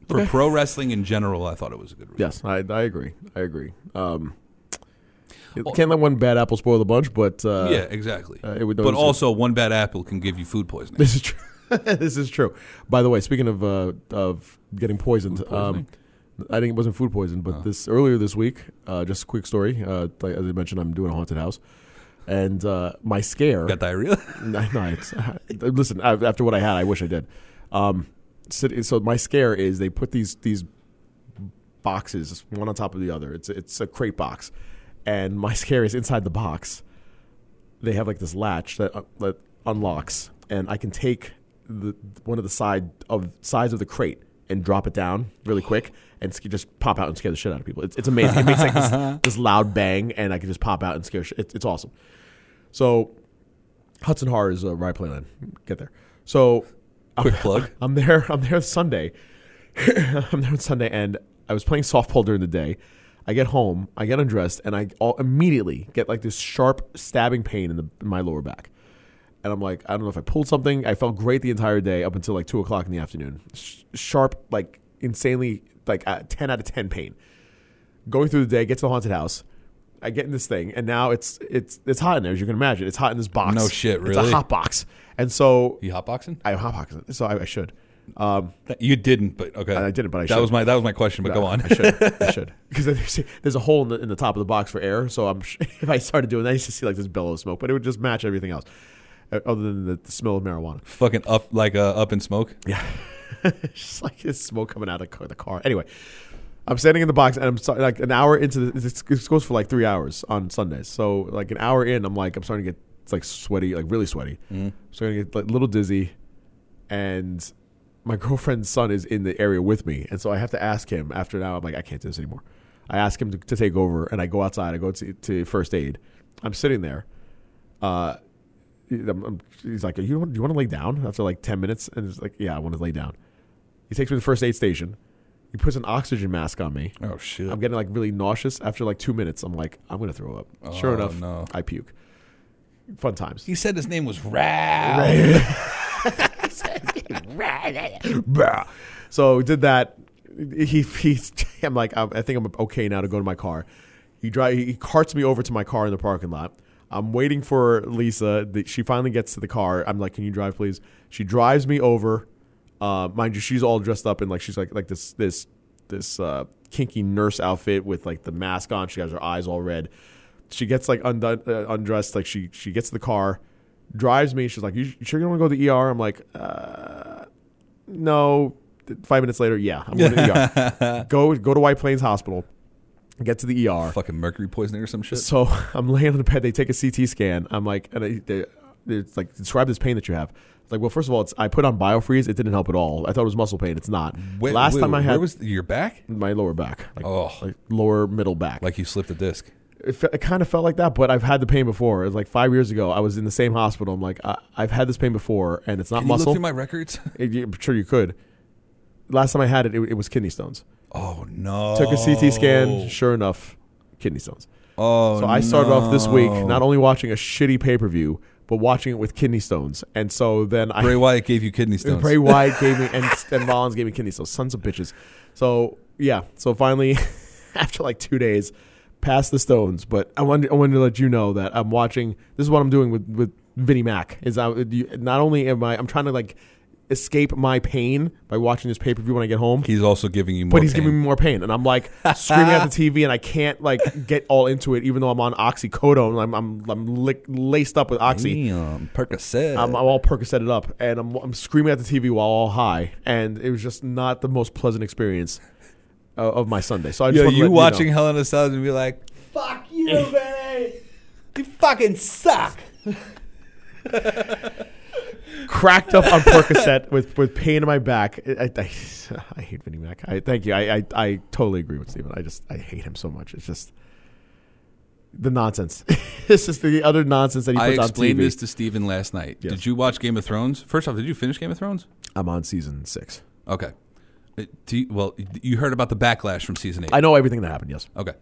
For pro wrestling in general, I thought it was a good week. Yes, I, I agree. I agree. Um, you can't let one bad apple spoil the bunch, but uh, yeah, exactly. uh, it would- but also, one bad apple can give you food poisoning. this is true. this is true. By the way, speaking of uh, of getting poisoned, um, poisoning? Oh. I think it wasn't food poison, but this earlier this week, uh, just a quick story. Uh, like, as I mentioned, I'm doing a haunted house, and uh, my scare Got diarrhea. no, no, it's, listen. I- After what I had, I wish I did. Um, so, so my scare is they put these these boxes one on top of the other. It's it's a crate box, and my scare is inside the box. They have like this latch that uh, that unlocks, and I can take the one of the side of sides of the crate and drop it down really quick and sc- just pop out and scare the shit out of people. It's, it's amazing. It makes like this, this loud bang, and I can just pop out and scare. Sh- it's it's awesome. So Hudson Har is uh, Rye Playland. Get there. So Quick plug. I'm there. I'm there Sunday. I'm there on Sunday, and I was playing softball during the day. I get home, I get undressed, and I all immediately get like this sharp stabbing pain in, the, in my lower back. And I'm like, I don't know if I pulled something. I felt great the entire day up until like two o'clock in the afternoon. Sh- sharp, like insanely, like uh, ten out of ten pain. Going through the day, get to the haunted house. I get in this thing, and now it's it's it's hot in there, as you can imagine. It's hot in this box. No shit, It's really? a hot box, and so You hotboxing? I hot box, so I, I should. Um, You didn't, but okay. I didn't, but I that should. was my that was my question. But go on. I should. I should. Because there's, there's a hole in the, in the top of the box for air. So I'm sh- if I started doing that, I used to see like this billow of smoke, but it would just match everything else, uh, other than the, the smell of marijuana. Fucking up like uh, up in smoke. Yeah, it's just like this smoke coming out of the car- the car. Anyway, I'm standing in the box, and I'm start, like an hour into the, this. This goes for like three hours on Sundays. So like an hour in, I'm like I'm starting to get it's like sweaty, like really sweaty. I'm starting to get like, a little dizzy, and my girlfriend's son is in the area with me, and so I have to ask him. After now, I'm like I can't do this anymore. I ask him to, to take over, and I go outside. I go to, to first aid. I'm sitting there. Uh, I'm, I'm- he's like, you want, do you want to lay down after like 10 minutes? And it's like, yeah, I want to lay down. He takes me to the first aid station. He puts an oxygen mask on me. Oh shit! I'm getting like really nauseous. After like two minutes, I'm like, I'm going to throw up. sure Oh, enough, no. I puke. Fun times. he said his name was Rap. Bah. so we did that. He, he, I'm like, I'm, I think I'm okay now to go to my car. He drive, he carts me over to my car in the parking lot. I'm waiting for Lisa. The- She finally gets to the car. I'm like, can you drive, please? She drives me over. Uh, mind you, she's all dressed up in like she's like like this this this uh, kinky nurse outfit with like the mask on. She has her eyes all red. She gets like undone, uh, undressed. Like she she gets to the car, drives me. She's like, you, you sure you don't want to go to the ER? I'm like, no. Th- Five minutes later, yeah, I'm going to the ER. Go go to White Plains Hospital. Get to the ER. Fucking mercury poisoning or some shit. So I'm laying on the bed. They take a CT scan. I'm like, and I, they, it's like describe this pain that you have. It's like, well, first of all, it's I put on biofreeze. It didn't help at all. I thought it was muscle pain. It's not. Wait, Last wait, time I where had was your back? my lower back, like, Oh. like lower middle back. Like you slipped a disc. it, fe- it kind of felt like that, but I've had the pain before. It was like five years ago. I was in the same hospital. I'm like, I, I've had this pain before, and it's not Can you muscle. look through my records? It- you- I'm sure you could. Last time I had it, it, it was kidney stones. Oh no! Took a CT scan. Sure enough, kidney stones. Oh, So I started off this week no. not only watching a shitty pay per view, but watching it with kidney stones. And so then I Bray Wyatt gave you kidney stones. Bray Wyatt gave me and, and Rollins gave me kidney stones. Sons of bitches. So yeah. So finally, after like two days, past the stones. But I wanted I wanted to let you know that I'm watching. This is what I'm doing with with Vinnie Mac. Is I you- not only am I I'm trying to like escape my pain by watching this pay per view when I get home He's also giving you more. but he's pain. giving me more pain, and I'm like screaming at the TV, and I can't like get all into it, even though I'm on oxycodone. I'm I'm, I'm lick, laced up with oxy. Damn, Percocet. I'm, I'm all Percocet up, and I'm I'm screaming at the TV while all high, and it was just not the most pleasant experience uh, of my Sunday. So I just Yo, wanted to you let watching You know. Hell in a Cell and be like, "Fuck you, Vinny. You fucking suck." cracked up on Percocet with with pain in my back. I, I, I hate Vinnie Mac. I thank you. I, I I totally agree with Steven. I just I hate him so much. It's just. The nonsense. this is the other nonsense that he I puts on explained TV. this to Steven last night. Yes. Did you watch Game of Thrones? First off, did you finish Game of Thrones? I'm on season six. Okay. Uh, do you- well, you heard about the backlash from season eight. I know everything that happened. Yes. okay.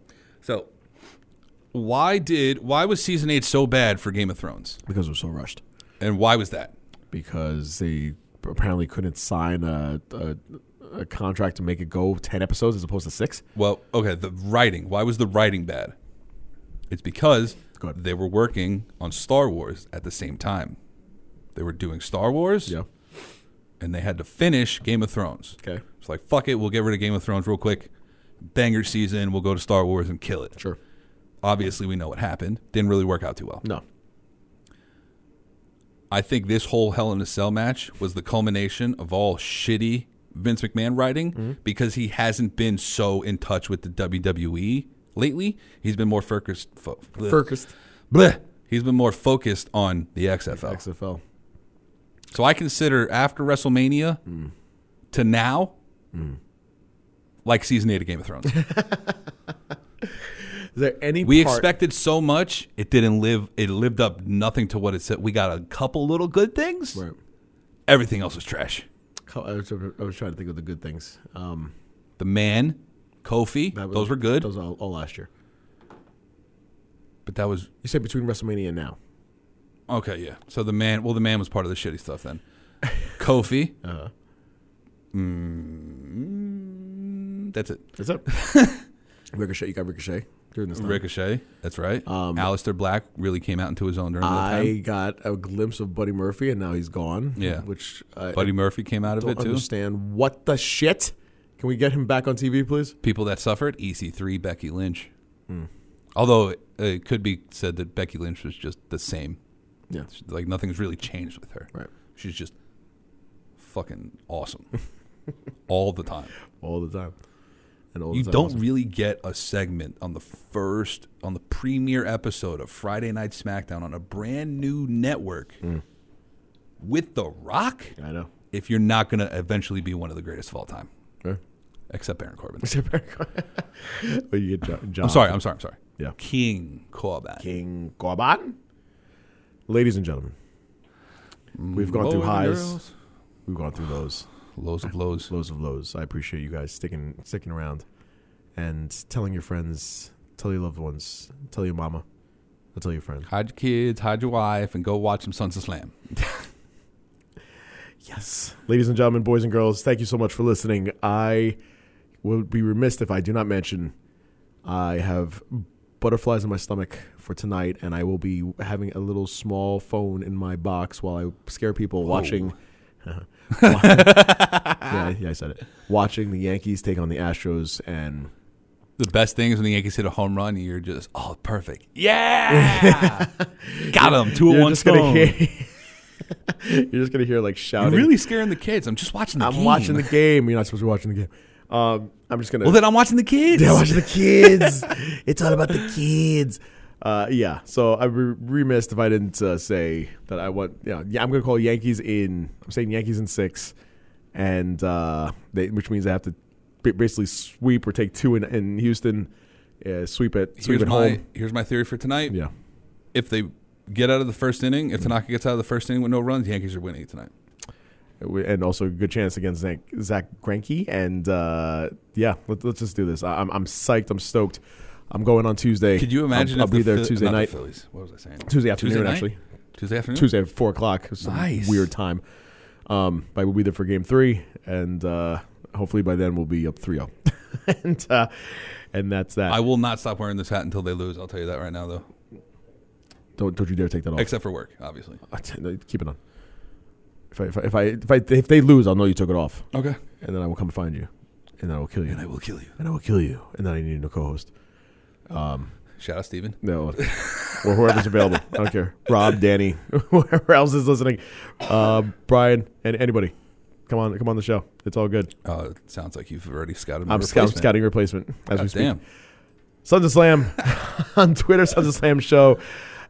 So, why did why was season eight so bad for Game of Thrones, Because it was so rushed. and why was that? Because they apparently couldn't sign a, a, a contract to make it go 10 episodes as opposed to six. Well, okay, the writing. Why was the writing bad? It's because Go ahead. they were working on Star Wars at the same time. They were doing Star Wars, and they had to finish Game of Thrones. Okay. It's like, fuck it, we'll get rid of Game of Thrones real quick. Banger season, we'll go to Star Wars and kill it. Sure. Obviously, we know what happened. Didn't really work out too well. No. I think this whole Hell in a Cell match was the culmination of all shitty Vince McMahon writing because he hasn't been so in touch with the WWE lately. He's been more focused. Fo- bleh. Focused. Bleh. He's been more focused on the XFL. XFL. So I consider after WrestleMania to now, like season eight of Game of Thrones. Is there any We part- expected so much, it didn't live. It lived up nothing to what it said. We got a couple little good things. Right. Everything else was trash. I was, I was trying to think of the good things. Um, The man Kofi. That was- those were good, Those were all, all last year. but that was You said between WrestleMania and now. okay. Yeah. So the man. Well, the man was part of the shitty stuff then. Kofi. Uh-huh. Mm, that's it. That's it. Ricochet, you got Ricochet during this time. Ricochet. That's right. Um, Alistair Black really came out into his own during that I time. got a glimpse of Buddy Murphy, and now he's gone. Yeah. which I Buddy Murphy came out of don't it too. understand. What the shit? Can we get him back on TV, please? People that suffered. EC3. Becky Lynch. Hmm. Although it, it could be said that Becky Lynch was just the same. Yeah, Like nothing's really changed with her. right. She's just fucking awesome all the time. All the time. And all You the time don't also. really get a segment on the first, on the premiere episode of Friday Night SmackDown on a brand new network Hmm. with The Rock I know. if you're not going to eventually be one of the greatest of all time, Right. except Baron Corbin. But you get Jo- John. I'm sorry, I'm sorry, I'm sorry. Yeah. King Corbin. King Corbin. Ladies and gentlemen, we've gone through Lower the highs. girls. We've gone through lows, Lows of lows. lows of lows. I appreciate you guys sticking sticking around and telling your friends, tell your loved ones, tell your mama, and tell your friend. Hide your kids, hide your wife, and go watch some Sons of Slam. Yes. Ladies and gentlemen, boys and girls, thank you so much for listening. I would be remiss if I do not mention I have butterflies in my stomach for tonight, and I will be having a little small phone in my box while I scare people watching. yeah, yeah, I said it. Watching the Yankees take on the Astros, and The best thing is when the Yankees hit a home run, and you're just, oh, perfect. Yeah! Got him. Two at you're one just gonna stone. hear, you're just gonna hear like You're shouting. really scaring the kids. I'm just watching the I'm game. watching the game. You're not supposed to be watching the game. Um, I'm just gonna. Well, then I'm watching the kids. Yeah, watch the kids. it's all about the kids. Uh, yeah, so I'd be remiss if I didn't uh, say that I want. Yeah, yeah, I'm going to call Yankees in. I'm saying Yankees in six, and uh, they, which means I have to ba- basically sweep or take two in, in Houston, uh, sweep it, sweep here's, at my, home. here's my theory for tonight. Yeah, If they get out of the first inning, if Tanaka gets out of the first inning with no runs, Yankees are winning tonight. and also a good chance against Zach, Zach Greinke. And uh, yeah, let, let's just do this. I, I'm I'm psyched. I'm stoked. I'm going on Tuesday. Could you I'll- imagine I'll, if be the there Phil- Tuesday not the night, Phillies. What was I saying? Tuesday afternoon, night? actually. Tuesday afternoon? Tuesday at four o'clock. Some Nice. weird time. Um, but we'll be there for game three, and uh, hopefully by then we'll be up 3-0. and uh, and that's that. I will not stop wearing this hat until they lose. I'll tell you that right now, though. don't don't you dare take that off. Except for work, obviously. No, Keep it on. If I, if I if I if I if they lose, I'll know you took it off, Okay. and then I will come find you, and then I will kill you, And I will kill you. and I will kill you, and then I need a co-host. Shout out, Steven. No, or whoever's available. I don't care. Rob, Danny, whoever else is listening, uh, Brian, and anybody, come on, come on the show. It's all good. Uh, sounds like you've already scouted my I'm, scout- replacement. scouting replacement as we God speak. damn. Sons of Slam on Twitter, Sons of Slam Show,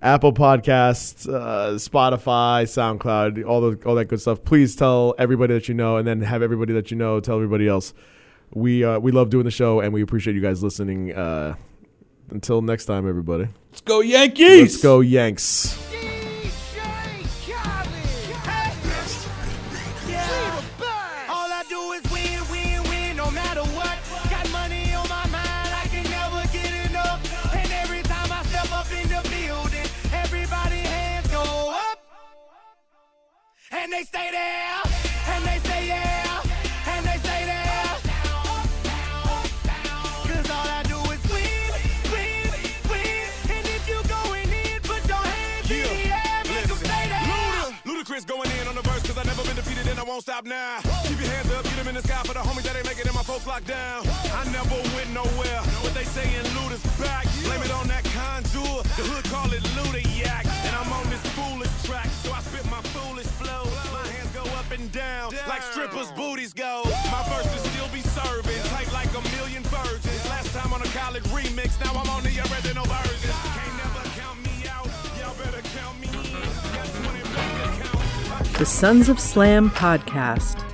Apple Podcasts, uh, Spotify, SoundCloud, all the all that good stuff. Please tell everybody that you know, and then have everybody that you know tell everybody else. We uh, we love doing the show, and we appreciate you guys listening. Uh, until next time, everybody. Let's go, Yankees! Let's go, Yanks. All I do is win, win, win, no matter what. Got money on my mind, I can never get enough. And every time I step up in the building, everybody hands go up. And they stay there, and they say yeah, and they stay there. Cause all I do is win, win, win. And if you going in, put your hands in the air, make 'em stay there. Ludacris going in on the verse, cause I never been defeated and I won't stop now. Keep your hands up, get them in the sky for the homies that ain't making it, and my folks locked down. I never went nowhere, but they saying loot is back. Blame it on that contour, the hood call it Ludiac. And I'm on this foolish track, so I spit my foolish flow. My hands go up and down, like strippers' booties go. My verses still be serving, tight like a million virgins. Last time on a college remix, now I'm on the original version. Can't never count me out, y'all better count me in. Got 20 bank accounts. The Sons of Slam podcast